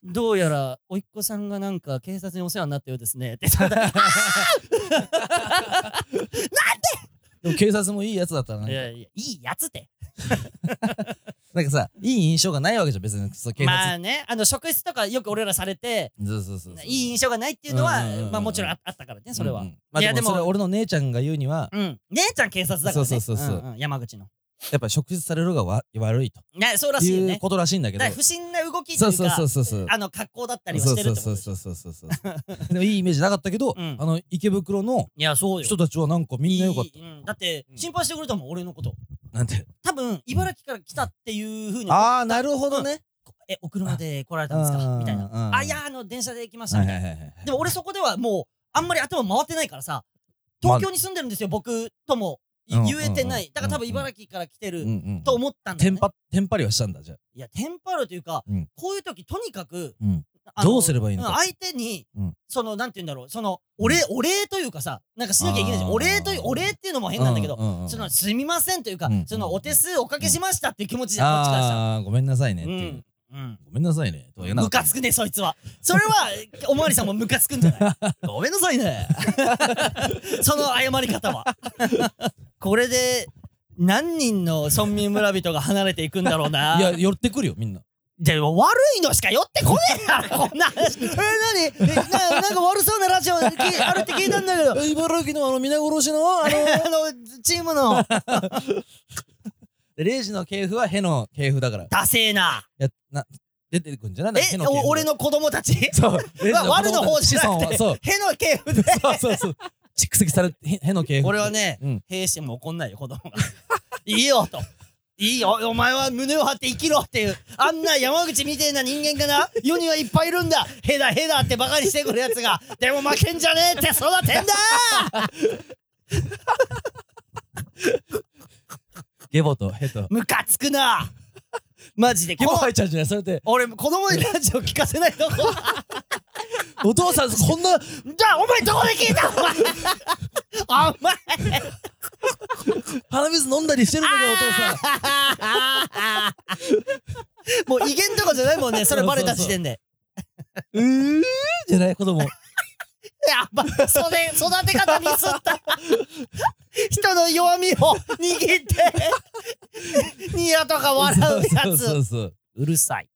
S1: どうやら、おいっ子さんがなんか警察にお世話になったようですね。って言ったら
S2: でも警察もいいやつだったら
S1: い
S2: ね。
S1: やいや、いいやつって。
S2: なんかさ、いい印象がないわけじゃん、別に。そう警
S1: ま
S2: 察。
S1: あね、あの、職質とかよく俺らされて、
S2: そうそうそうそう。
S1: いい印象がないっていうのは
S2: うんうんうんう、ん
S1: まあもちろんああったからね、それは
S2: うんう。んまあ
S1: いや
S2: でも
S1: でも
S2: それ俺の姉ちゃんが言うには、
S1: うん。姉ちゃん警察だからね。
S2: そうそうそうそうん
S1: ん山口の。
S2: やっぱ職質されるがわ悪いと
S1: ね、そうらしいよ
S2: い
S1: ね
S2: う。ことらしいんだけ
S1: だ
S2: ど
S1: から。不審な動きって
S2: そう
S1: いう
S2: そうそ
S1: か
S2: う、そうそう。
S1: あの、格好だったりは
S2: そ
S1: して
S2: う
S1: る
S2: そ
S1: っ
S2: う
S1: てこ
S2: そう
S1: と
S2: そうそうそうそう。でもいいイメージなかったけど、
S1: うん
S2: あの池袋の
S1: いや、そうよ。
S2: 人たちはなんかみんな良かった。
S1: いいうんだって、
S2: うん
S1: 心配してくれたもん、俺のこと。
S2: なんて。
S1: 多分、茨城から来たっていうふうに
S2: ああ、なるほどね。
S1: え、お車で来られたんです
S2: う
S1: か
S2: ん
S1: みたいな。
S2: うん
S1: あ、いや、あの、電車で行きました
S2: は
S1: み
S2: い
S1: た
S2: はいい
S1: な。
S2: はいはい。
S1: でも俺そこではもう、あんまり頭回ってないからさ、東京に住んでるんですよ、僕ともい
S2: うん
S1: 言えてな
S2: う
S1: い
S2: ん。
S1: だから多分茨城から来て
S2: う
S1: る
S2: んうん
S1: と思ったんだ
S2: テ
S1: よ
S2: ン
S1: ね。
S2: パ、テンパりはしたんだ、じゃあ。
S1: いや、テンパるというか
S2: うん、
S1: こういう時とにかく
S2: うん、
S1: あの
S2: どうすればいいのか
S1: うん相手に
S2: うん、
S1: その、なんて言うんだろう、その、お礼、お礼というかさ、なんかしなきゃいけないじゃん。
S2: あー
S1: お礼という、お礼っていうのも変なんだけど、
S2: ど
S1: その、すみませんというか
S2: うん、
S1: その、お手数おかけしましたっていう気持ちじゃん、こっちからしたら。
S2: ああー、ごめんなさいねっ
S1: う
S2: ていう。
S1: ん。うん。
S2: ごめんなさいね。とは言えなか
S1: ム
S2: った
S1: カつくねそいつはそれはおまわりさんもムカつくんじゃない
S2: [laughs]
S1: ごめんなさいね [laughs] その謝り方はこれで何人の村民村人が離れていくんだろうない
S2: や、寄ってくるよ、みんな。
S1: でも悪いのしか寄ってこねえだろこんな話え何えななんか悪そうなラジオきあるって聞いたんだけど
S2: 茨城のあの、皆殺しの、
S1: あ
S2: あの、
S1: のチーム
S2: [laughs]
S1: の
S2: レイジの系譜はヘの系譜だから。
S1: ダセえな
S2: や、な、出てくんじゃない
S1: えお俺。の子供たち
S2: ヘの系譜そう。レイジ
S1: は悪の方
S2: 子
S1: じゃ
S2: 孫
S1: なく
S2: は
S1: て
S2: そう。
S1: への系譜で
S2: そうそうそう。蓄積され、ヘヘの系譜。
S1: 俺はね、
S2: うん
S1: 兵士も怒んないよ、子供が。 [laughs] いいよ、と。いいよ、お前は胸を張って生きろっていう、あんな山口みてえな人間がな、世にはいっぱいいるんだ。へだへだってバカにしてくるやつが、でも負けんじゃねえって育てんだ
S2: ゲボとヘと。
S1: ムカつくなマジで、
S2: ゲ
S1: こ
S2: ボ
S1: の
S2: 入っちゃうんじゃないそれで。
S1: 俺、子供にラジオ聞かせない [laughs] と。じゃ
S2: お父さん、こんな、
S1: あ、お前どこで聞いた [laughs] お前お前
S2: 鼻水飲んだりしてるのよ、お父さん。
S1: [laughs] もう威厳とかじゃないもんね、それバレた時点で。
S2: うーじゃない子供。
S1: やば、それ、育て方ミス [laughs] った。人の弱みを握 [laughs] って、ニヤとか笑う
S2: そ
S1: や
S2: うそう
S1: つ。
S2: そうそう。
S1: うるさい。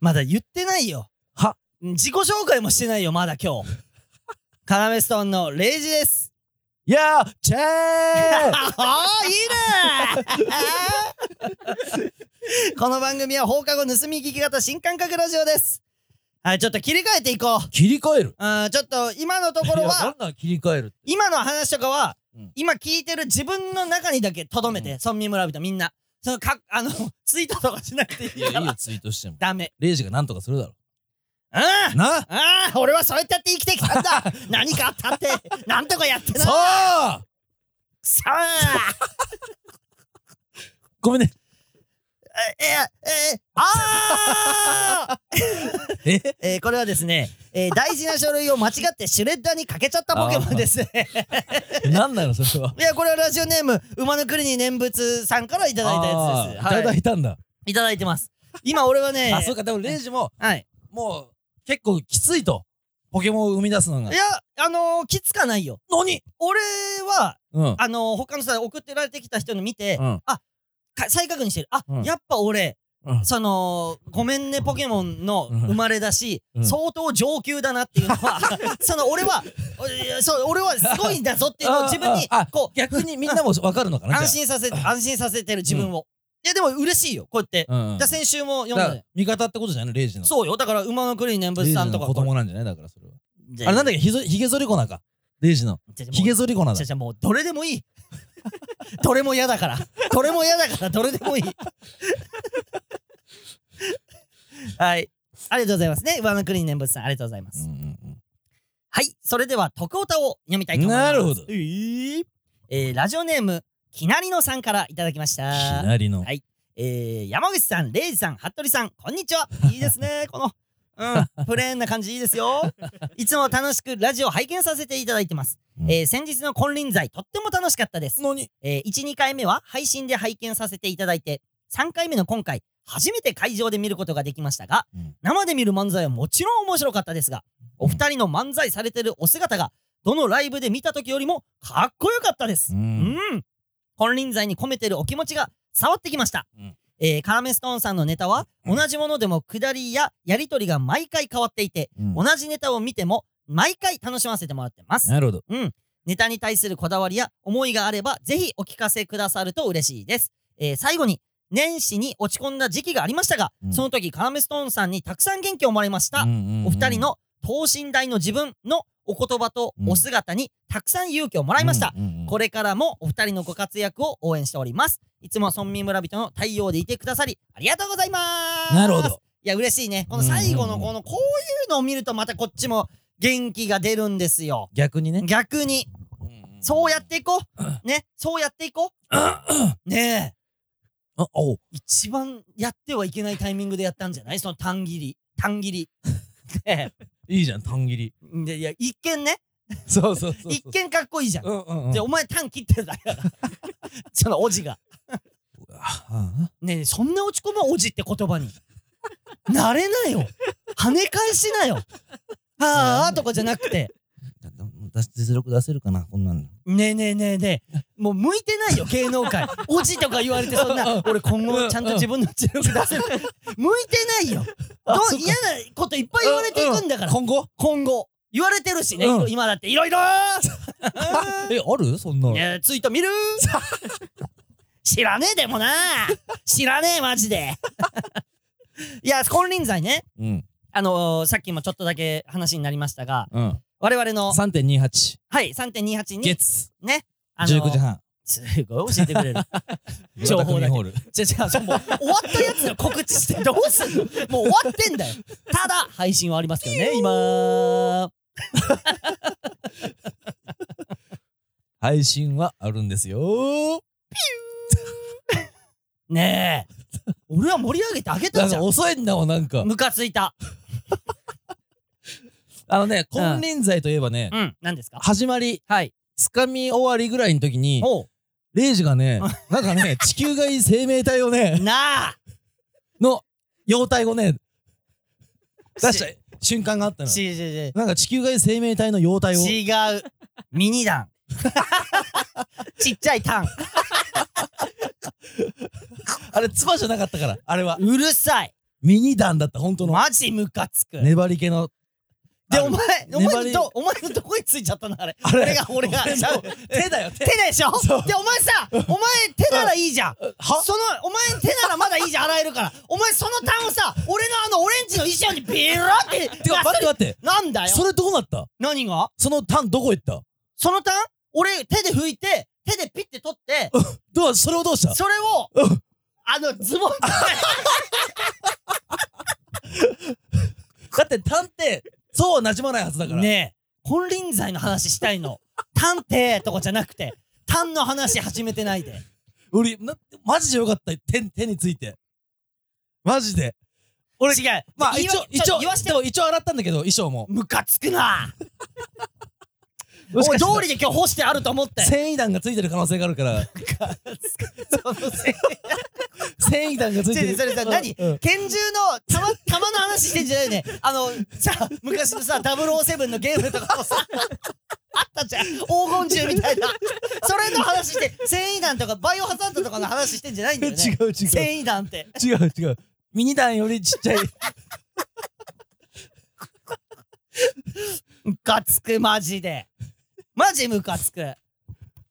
S1: まだ言ってないよ。
S2: は
S1: 自己紹介もしてないよ、まだ今日。カナメストーンのレイジです。
S2: やーチェー
S1: ああ、いいね [laughs] この番組は放課後盗み聞き型新感覚ラジオです。はい、ちょっと切り替えていこう。
S2: 切り替える
S1: あーちょっと今のところ
S2: いや
S1: は、
S2: そんなん切り替える
S1: 今の話とかは、
S2: うん
S1: 今聞いてる自分の中にだけ留めて、
S2: う
S1: 村民村人みんな。そのか、 [laughs] あの、ツイートとかしなくてい
S2: [laughs]
S1: い
S2: いや
S1: か
S2: いいよ
S1: ら。
S2: ツイートしても
S1: ダメ。
S2: レイジがなんとかするだろ
S1: うん
S2: うな
S1: ああ、俺はそうやってやって生きてきたん
S2: [laughs]
S1: だ何かあったって、なんとかやってな
S2: そう
S1: さあ
S2: ごめんね
S1: え、え、え、あ
S2: [laughs]
S1: あ
S2: え
S1: えーこれはですね、えー大事な書類を間違ってシュレッダーにかけちゃったポケモンですね。 [laughs]
S2: なんなのそれはい
S1: や、これはラジオネーム、馬の国に念仏さんからいただいたやつです。
S2: あーいただ
S1: はい
S2: いたんだ
S1: いただいてます。今俺はね、
S2: あそうかでもレイジも
S1: はい。
S2: もう結構きついとポケモンを生み出すのが
S1: いや、あのー、きつかないよ。
S2: 何
S1: 俺は、
S2: うん
S1: あのー、他のさ、送ってられてきた人の見て、
S2: うん
S1: か再確認してる。あ、
S2: うん
S1: やっぱ俺、
S2: うん
S1: その、ごめんねポケモンの
S2: うん
S1: 生まれだし、
S2: うん
S1: 相当上級だなっていうの
S2: [laughs]
S1: は、その俺は、おいやそう、俺はすごいんだぞっていうのを自分に
S2: あああ、
S1: こ
S2: 逆にみんなも分かるのか [laughs]
S1: う、
S2: な
S1: 安心させて、安心させてる自分を。いや、でも嬉しいよ、こうやって。
S2: じゃあうんうん
S1: じゃあ先週も読ん
S2: だ
S1: だ
S2: か
S1: よ
S2: ら味方ってことじゃないのレイジの
S1: そうよ、だから、馬の国に念
S2: レイ
S1: 仏
S2: ジ
S1: さんと
S2: の
S1: か。
S2: 子供なんじゃないだからそれは
S1: じゃ
S2: あれなんだっけひぞひげ剃り粉なんかレイジの
S1: じゃあもう
S2: ひげ剃り粉なん
S1: じ
S2: だ
S1: ゃじゃもうどれでもいい [laughs] どれも嫌だからどれも嫌だからどれでも
S2: [laughs]
S1: いいはいありがとうございますね上の国念仏さんありがとうございま
S2: う
S1: す、
S2: んうん
S1: はいそれでは徳太を読みたいと思います
S2: なるほど
S1: えーえーラジオネームきなりのさんからいただきまし
S2: うん
S1: た
S2: きなりの
S1: はいえー山口さん、レイジさん、服部さん、こんにち
S2: [laughs]
S1: は。いいですね、この。うん、プレーンな感じいいですよ。いつも楽しくラジオ拝見させていただいてます。
S2: うん
S1: えー先日の金輪際、とっても楽しかったです。
S2: のに
S1: えー1、2回目は配信で拝見させていただいて、3回目の今回、初めて会場で見ることができましたが、
S2: うん
S1: 生で見る漫才はもちろん面白かったですが、お二人の漫才されてるお姿が、どのライブで見た時よりもかっこよかったです。
S2: うん
S1: うん。金輪際に込めてるお気持ちが伝わってきました。
S2: うん
S1: えーカラメストーンさんのネタは、
S2: うん
S1: 同じものでも下りややりとりが毎回変わっていて、
S2: うん
S1: 同じネタを見ても毎回楽しませてもらってます。
S2: なるほど
S1: ネタに対するこだわりや思いがあれば、ぜひお聞かせくださると嬉しいです。えー最後に、年始に落ち込んだ時期がありましたが、
S2: うん
S1: その時、カラメストーンさんにたくさん元気をもらいました。お
S2: お
S1: 二人の等身大の自分のお言葉とお姿にたくさん勇気をもらいました。こ
S2: れ
S1: れからもお二人のご活躍を応援しております。いつも村民村人の太陽でいてくださり、ありがとうございます。
S2: なるほ。ど
S1: いや、嬉しいね。この最後の
S2: うんうん
S1: こ
S2: う
S1: の、こういうのを見るとまたこっちも元気が出るんですよ。
S2: 逆にね
S1: 逆に、そうやっていこう。ね、そうやっていこう。ねえ。
S2: あおう
S1: 一番やってはいけないタイミングでやったんじゃないその短切り。短切り。 [laughs] ね
S2: いいじゃん短切り
S1: えでいや、一見ね、
S2: そうそうそうそう
S1: 一見かっこいいじゃん。
S2: うんうんうん
S1: で、お前短切ってるだけだから。 [laughs] そのおじが。
S2: ああ
S1: ねえ、そんな落ち込むおじって言葉に。なれなよ。跳ね返しなよ。ああとかじゃなくて。
S2: だだだ実力出せるかなこんなん
S1: ねえねえねえねえ。もう向いてないよ、芸能
S2: [laughs]
S1: 界。おじとか言われてそんな、俺今後ちゃんと自分の実力出せる。向いてないよ。どう
S2: そっか
S1: 嫌なこといっぱい言われていくんだから、
S2: 今後
S1: 今後。言われてるしね、
S2: うん
S1: 今だっていろいろ
S2: [laughs] えあるそんなの
S1: ねえツイート
S2: [laughs]
S1: 見る知らねえでもな知らねえマジ
S2: [laughs]
S1: でいや金輪際ね
S2: うん
S1: あのー、さっきもちょっとだけ話になりましたが、
S2: うん
S1: 我々の、
S2: 3.28
S1: はい、3.28に、
S2: 月
S1: ね、あのー、
S2: 19時半
S1: すごい教えてくれる。情報だけ
S2: 岩田組ホール
S1: じゃじゃあ、そうもう終わったやつの告知してどうすんのもう終わってんだよ。ただ、配信はありますけどね、今。
S2: 配信はあるんですよ
S1: ねえ。俺は盛り上げてあげた
S2: だ
S1: じ
S2: か
S1: ゃ
S2: ら
S1: ん。
S2: 遅いんだもんなんか
S1: ムカついた。
S2: あのね金輪際といえばね
S1: うん、何ですか
S2: 始まり
S1: はい。
S2: つかみ終わりぐらいの時に
S1: おう。
S2: レイジがねなん
S1: [laughs]
S2: かね地球外生命体をね
S1: なあ
S2: の様態をね出した瞬間があったの
S1: し、し、し、
S2: なんか地球外生命体の様態を
S1: 違う。ミニ
S2: [laughs]
S1: 弾。ちっちゃいタン。
S2: あれ唾じゃなかったからあれは
S1: うるさい。
S2: ミニ弾だった本当の
S1: マジムカつく。
S2: 粘り気の
S1: で、
S2: あの
S1: お前、お
S2: 粘
S1: 前
S2: り
S1: のど、お前のどこについちゃったのあれ。
S2: あれ
S1: 俺が、俺
S2: [laughs]
S1: が、
S2: 俺の
S1: ちゃう
S2: 手だよ手
S1: 手でしょ
S2: そう
S1: で、お前さ、お前手ならいいじゃん。
S2: は
S1: その、お前手ならまだいいじゃん、洗えるから。お前その単をさ、俺のあのオレンジの衣装にビロって。
S2: てか待って待って
S1: なんだよ。
S2: それどうなった
S1: 何が
S2: そのタンどこ行った
S1: その単俺手で拭いて、手でピッて取って、
S2: どうそれをどうした
S1: それを、あの、ズボン、
S2: だってタンってそうはなじまないはずだから
S1: ねえ、金輪際の話したいの。探偵とかじゃなくて、単の話始めてないで。
S2: 俺なマジでよかった手手についてマジで俺
S1: 違う。
S2: まあ
S1: 言い
S2: 一応
S1: わ
S2: 一
S1: ちょ
S2: 応
S1: 言わして
S2: でも一応洗ったんだけど衣装も
S1: ムカつくな
S2: もし
S1: お
S2: か
S1: い
S2: した
S1: 通
S2: ら
S1: りで今日干してあると思って
S2: 繊維弾がついてる可能性がある
S1: [laughs]
S2: から
S1: そのせい
S2: 繊維弾がついて
S1: 違う違
S2: る
S1: うそれさ何
S2: うんうん
S1: 拳銃の弾 [laughs] 弾の話してんじゃないよねあのさ昔のさ007のゲームとかもさ [laughs] あったじゃん黄金銃みたいなそれの話して繊維弾とかバイオハザードとかの話してんじゃないんだよね
S2: 違う違う
S1: 繊維弾って
S2: 違う違うミニ弾よりちっ
S1: [laughs]
S2: ちゃい
S1: ムカつくマジでマジムカつく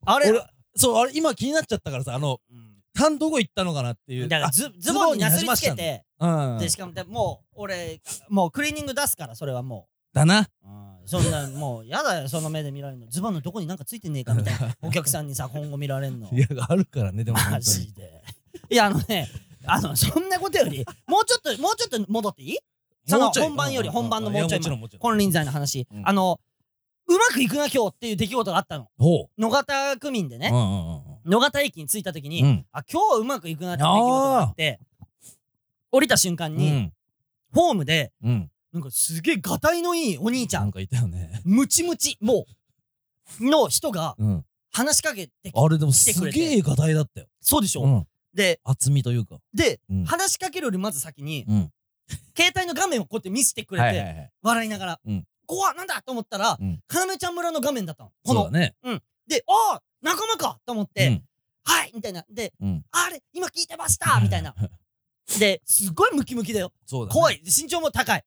S1: あれ
S2: 俺そうあれ今気になっちゃったからさあの
S1: うん
S2: タンどこ行ったのかなっていう
S1: だから
S2: あ
S1: ズズボンになすりつけ
S2: ズボンに
S1: て
S2: うん
S1: でしかもでもう俺もうクリーニング出すからそれはもう
S2: だな
S1: うんそんなもうやだよその目で見られるのズボンのどこになんかついてねえかみたい
S2: [laughs]
S1: なお客さんにさ今後見られんの
S2: いやあるからねでも
S1: マ
S2: 本当に
S1: ジでいやあのねあのそんなことよりもうちょっともうちょっと戻っていいそ
S2: も
S1: の
S2: うちょい
S1: 本番より
S2: うん
S1: 本番のもうちょい
S2: やもちろんもちろん
S1: 金輪際の話、
S2: うん
S1: あのうまくいくな今日っていう出来事があったの
S2: ほ
S1: 野方区民でね
S2: う、うんうんうんうん
S1: 野方駅に着いた時に、
S2: うん
S1: あ今日はうまくいくなって出来事があって降りた瞬間
S2: う
S1: に、
S2: ん
S1: ホームで
S2: うん
S1: なんかすげえがたいのいいお兄ちゃ
S2: なんんかいたよ
S1: [laughs]
S2: ね
S1: ムチムチもうの人が
S2: うん
S1: 話しかけてき
S2: あれでも
S1: 来て
S2: す
S1: くれて
S2: げえ画題だったよ
S1: そうでしょ、
S2: うん
S1: で
S2: 厚みというか
S1: で、
S2: うん
S1: 話しかけるよりまず先に
S2: うん
S1: 携帯の画面をこうやって見せてくれて、
S2: はいはいはい
S1: 笑いながら
S2: うん
S1: 「怖っなんだ!」と思ったら、
S2: うん
S1: かなめちゃん村の画面だったのこ
S2: そう
S1: の
S2: だね
S1: で「ああ仲間か!」と思って「
S2: うん
S1: はい!」みたいなで
S2: うん
S1: 「あれ今聞いてました!」みたいなですごいムキムキだよ
S2: [laughs] そうだね
S1: 怖いで身長も高い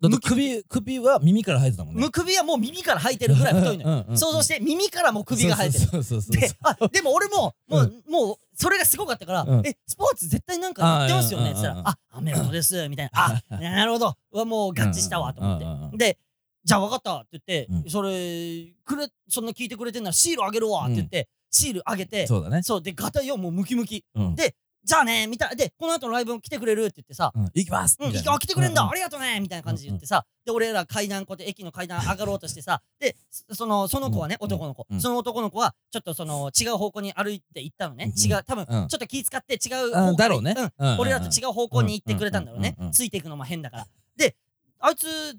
S2: だって首首は耳から生えてたもんね
S1: むくびはもう耳から生えてるぐらい太いのよ
S2: うんうんうん
S1: 想像して耳からもう首が生えてる
S2: そうそうそうそう
S1: であでも俺ももう,、
S2: う
S1: もうそれがすごかったから「
S2: うん
S1: えスポーツ絶対なんかやってますよね」っ
S2: あー
S1: て言った
S2: う
S1: ら
S2: んうん
S1: 「
S2: うん
S1: あアメフトです」みたいな
S2: [laughs]
S1: 「あなるほどうわもう合致したわ」と思って、
S2: うんうんうんうん
S1: で「じゃあ分かった」って言って、
S2: うん
S1: それくれそんな聞いてくれてんならシールあげるわって言って、シールあげて
S2: そうだね
S1: そうでガタイをもうムキムキ
S2: うん
S1: でじゃあねみたいでこの後のライブも来てくれるって言ってさ
S2: うん行きます
S1: うん、
S2: みたい
S1: 行
S2: な
S1: あ来てくれんだ、
S2: うう
S1: ありがとねみたいな感じで言ってさ、で、俺ら階段こうやって駅の階段上がろうとしてさ、で、そその、その子はね、
S2: うん
S1: 男の子、
S2: うん
S1: その男の子は、ちょっとその、違う方向に歩いて行ったのね。
S2: うん
S1: 違う、多分、
S2: うん
S1: ちょっと気使って違う
S2: あ
S1: 方向
S2: ー
S1: に
S2: だろうね
S1: ん
S2: うんうんうん
S1: 俺らと違う方向に行ってくれたんだろうね。
S2: うんうんうんうん
S1: ついていくのも変だから。で、あいつ、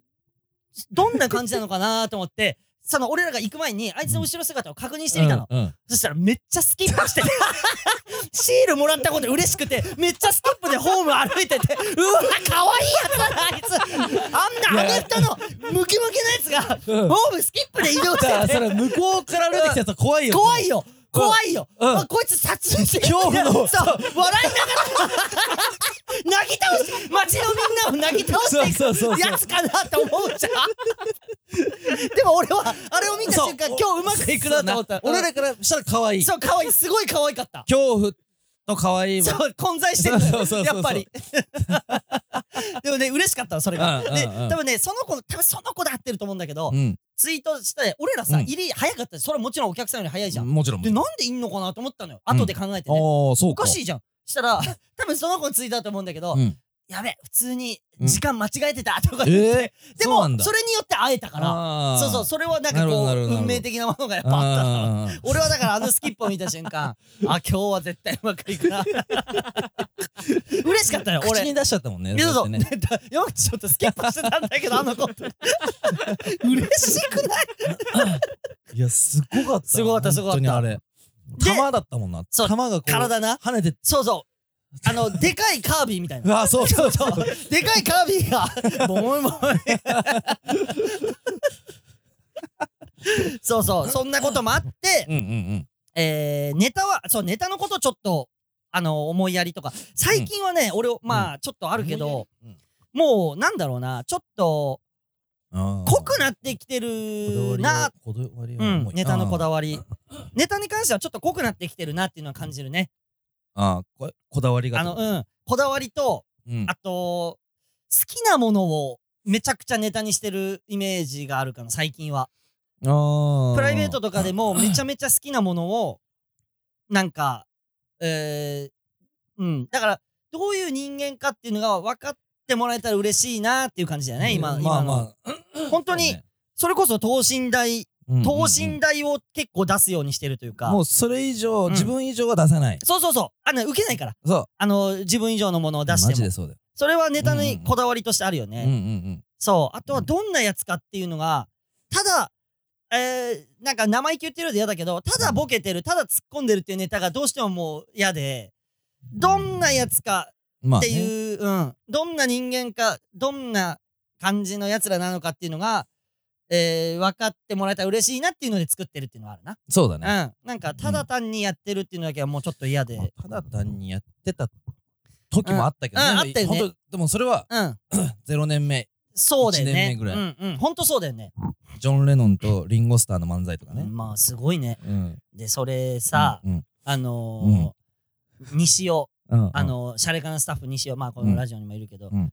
S1: どんな感じなのかなと思って、その、俺らが行く前に、あいつの後ろ姿を確認してみたの。
S2: うんうん
S1: そしたらめっちゃスキップして
S2: [laughs]
S1: てシールもらったことで嬉しくてめっちゃスキップでホーム歩いててうわ可愛いやつだなあいつあんなアメフトのムキムキのやつが [laughs]
S2: うん
S1: ホームスキップで移動し
S2: だから
S1: て
S2: [laughs] それ向こうから出てきたやつは怖い
S1: て
S2: よ
S1: 怖いよ怖いよ、
S2: うん
S1: あこいつ殺人して
S2: 恐怖の
S1: そう笑いながらなぎ倒して街のみんなをなぎ倒していく
S2: そうそうそうそう
S1: やつかなと思うじゃんでも俺はあれを見た
S2: そう
S1: 瞬間今日うまくいくなと思った
S2: そうな俺らからしたら可愛い
S1: そう可愛いすごい可愛かった
S2: 恐怖と可愛いは
S1: そう、混在してるのよ
S2: そうそうそうそう
S1: やっぱり。 [laughs] でもね、嬉しかったの、それが。
S2: うんうんうん
S1: で、多分ね、その子、多分その子で合ってると思うんだけど
S2: う、ん
S1: ツイートして、俺らさ、
S2: うん
S1: 入り早かったしそれはもちろんお客さんより早いじゃん。
S2: もちろんも
S1: で、
S2: ちろん
S1: なんでいんのかなと思ったのよ。後で考えてね。
S2: ああそ
S1: お
S2: うか
S1: かしいじゃん。したら、 [laughs] 多分その子のツイートだと思うんだけど [laughs]
S2: う、ん
S1: やべ、普通に時間間違えてたとか
S2: え
S1: 言って。
S2: ー
S1: で
S2: そう
S1: も
S2: なん、だ
S1: それによって会えたから。
S2: あー
S1: そうそう、それはなんか
S2: なるほ
S1: こ
S2: どなるほ
S1: う、
S2: どなるほど
S1: 運命的なものがやっぱあったから。
S2: あー
S1: 俺はだからあのスキップを見た瞬 [laughs] 間あ今日は絶対うまくいくな嬉しかったよ
S2: 口に
S1: 俺
S2: 出しちゃったもんね
S1: いやそうそう、ね
S2: やってね、
S1: 山口ちょっとスキップしてたんだけどあ [laughs] の子嬉しくない
S2: いやすごかった
S1: すごかったすごかった
S2: 本当にあれ
S1: で
S2: 玉だったもんな
S1: そう
S2: 玉がこう
S1: 体な
S2: 跳ねて
S1: そうそうあ [laughs] のでかいカービィみたいな
S2: ああそうそ
S1: [laughs]
S2: うそう
S1: でかいカービィが [laughs] ボンボンそうそうそんなこともあって
S2: うんうんうん
S1: えー、ネタはそうネタのことちょっとあの思いやりとか最近はね、俺をまあちょっとあるけど、
S2: うん
S1: もうなんだろうなちょっと濃くなってきてるな
S2: こだわり
S1: う
S2: は
S1: ん
S2: も、
S1: ネタのこだ
S2: わ
S1: わり。ネタに関してはちょっと濃くなってきてるなっていうのは感じるね。
S2: あーあーここだわりが
S1: あの、うん。こだわりと、
S2: うん
S1: あと、好きなものをめちゃくちゃネタにしてるイメージがあるかな、最近は。
S2: あ
S1: プライベートとかで
S2: も
S1: もめちゃめちゃ好きなものを、なんか、えー、うん。だから、どういう人間かっていうのが分かってもらえたら嬉しいなっていう感じだよね、今、
S2: ま
S1: 今
S2: あ
S1: の。
S2: まあ
S1: 本当に、それこそ等身大、等身
S2: と
S1: 大を結構出すようにしてるというか。
S2: もうそれ以上
S1: うん
S2: 自分以上は出さない
S1: そうそうそう。あの、受けないから。
S2: そう
S1: あの、自分以上のものを出し
S2: マ
S1: て
S2: ジ
S1: も
S2: で。そうだよ
S1: それはネタ
S2: うんうん
S1: に
S2: うん
S1: こだわりとしてあるよね。
S2: うんうん
S1: そう。あとは
S2: うん
S1: どんなやつかっていうのが、ただ、えー、なんか生意気言ってるようで嫌だけど、ただボケてる、ただ突っ込んでるっていうネタがどうしてももう嫌で、どんなやつか
S2: うんまあ
S1: って
S2: ね
S1: いう、うん。どんな人間か、どんな感じのやつらなのかっていうのが、えー、分かってもらえたら嬉しいなっていうので作ってるっていうのはあるな。
S2: そうだね
S1: うん。なんか、ただ単にやってるっていうのだけはもうちょっと嫌で。
S2: まあただ単にやってた時もあったけど
S1: うんうん
S2: ね
S1: あったよね
S2: ほんとでもそれは
S1: うん。
S2: 0年目
S1: そうだよね。
S2: 1年目ぐらい
S1: うんうん。ほんとそうだよね。
S2: ジョン・レノンとリンゴスターの漫才とかね
S1: まあ、すごいね。
S2: うん
S1: で、それさ、
S2: うん
S1: あのー西尾、
S2: うん
S1: あのー、シャレカナスタッフ西尾、まあ、このラジオにもいるけど、
S2: うん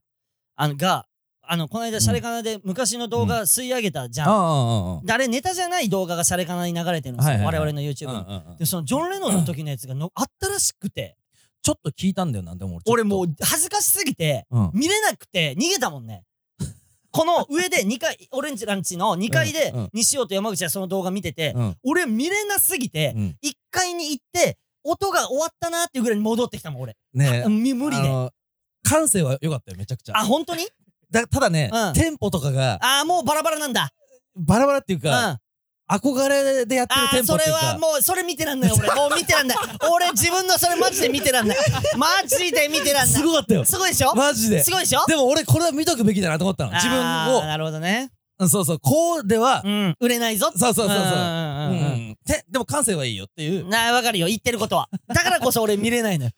S1: あの、が、あの、この間、シャレカナで昔の動画吸い上げたじ
S2: あ
S1: ゃ
S2: あ
S1: ん。
S2: あああ
S1: であれ、ネタじゃない動画がシャレカナに流れてるんですよ。
S2: はいはいはい
S1: 我々の YouTube に。
S2: あうんうんうん
S1: でそのジョン・レノンの時のやつがのあったらしくて
S2: ちょっと聞いたんだよなでも
S1: 俺
S2: 俺
S1: も
S2: う
S1: う恥ずかしすぎて
S2: うん
S1: 見れなくて逃げたもんね。この上
S2: [laughs]
S1: で2階、オレンジランチの2階で
S2: うんうん
S1: 西尾と山口はその動画見てて、
S2: うん
S1: 俺見れなすぎて
S2: う、ん
S1: 1階に行って、音が終わったなっていうぐらいに戻ってきたもん、俺。
S2: ねえ
S1: み無理
S2: あ
S1: で。
S2: の感性は良かったよめちゃくちゃ
S1: あ、本当に
S2: だただね、
S1: うん
S2: テンポとかが
S1: あー、もうバラバラなんだ。
S2: バラバラっていう
S1: うん。
S2: か、
S1: あ
S2: 憧れでやってるテ
S1: ー、
S2: ンポ
S1: そ
S2: ってい
S1: れ
S2: う
S1: は
S2: か
S1: もう、それ見てらんない、俺。もう見てらん
S2: [laughs]
S1: ない。俺、自分のそれマジで見てらんない。マジで見てらんな
S2: す
S1: い。
S2: ごかったよ
S1: すごいでしょ
S2: マジです
S1: ごいでしょ
S2: でも俺これは見とくべきだなと思ったの自分
S1: あーなるほどね。
S2: をそうそうこうでは、
S1: うん。売れないぞ。
S2: そうそうそうそう
S1: うん
S2: う
S1: うんんうんうん。
S2: てでも感性はいいよってい
S1: [laughs]
S2: う
S1: なあ、わかるよ。言ってることは。だからこそ俺見れないのよ。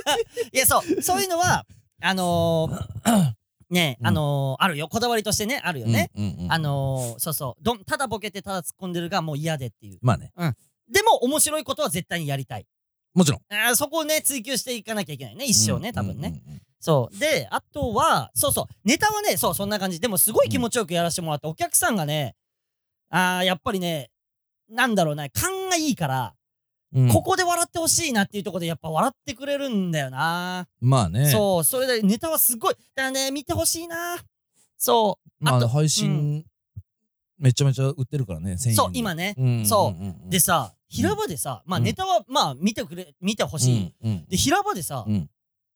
S1: [laughs] いや、そう。そういうのは、あのーね
S2: うん
S1: あのーあるよ。こだわりとしてね、あるよね。
S2: うんうんうん
S1: あのーそうそう。どん、ただボケてただ突っ込んでるがもう嫌でっていう。
S2: まあね
S1: でも、面白いことは絶対にやりたい。
S2: もちろん
S1: あーそこをね、追求していかなきゃいけないね。一生ね、多分ね。
S2: うんうんうん
S1: そう。で、あとは、そうそう。ネタはね、そう、そんな感じ。でも、すごい気持ちよくやらせてもらった。お客さんがね、あーやっぱりね、なんだろうね、勘がいいから、
S2: うん
S1: ここで笑ってほしいなっていうところでやっぱ笑ってくれるんだよな、
S2: まあね
S1: そうそれでネタはすごいだからね見てほしいなそう
S2: ま
S1: あ
S2: あ
S1: と
S2: 配信、
S1: う
S2: めちゃめちゃ売ってるからね1000円
S1: そう今ねそうで
S2: す
S1: さ平場でさ、まあ
S2: うん
S1: ネタはまあ見てくれ見てほしい、
S2: うんうん
S1: で平場でさ、
S2: うん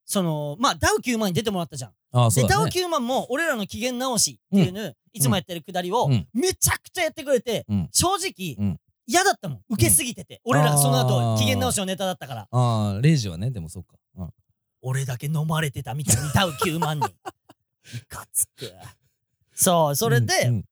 S1: そのまあダウ9万に出てもらったじゃん、
S2: ああそ
S1: で
S2: う
S1: ダ
S2: だ
S1: ウ
S2: ね
S1: 9万も俺らの機嫌直しっていうの、いつもやってるくだりを、
S2: うん
S1: めちゃくちゃやってくれて、
S2: うん
S1: 正直、
S2: うん
S1: 嫌だったもん受けすぎてて、俺らがその
S2: あ
S1: 後
S2: ー
S1: 機嫌直しのネタだったから
S2: ああレイジはねでもそうかうん
S1: 俺だけ飲まれてたみたいにダウ9万人。
S2: [laughs]
S1: いかつく。そう、それ
S2: う
S1: で、
S2: ん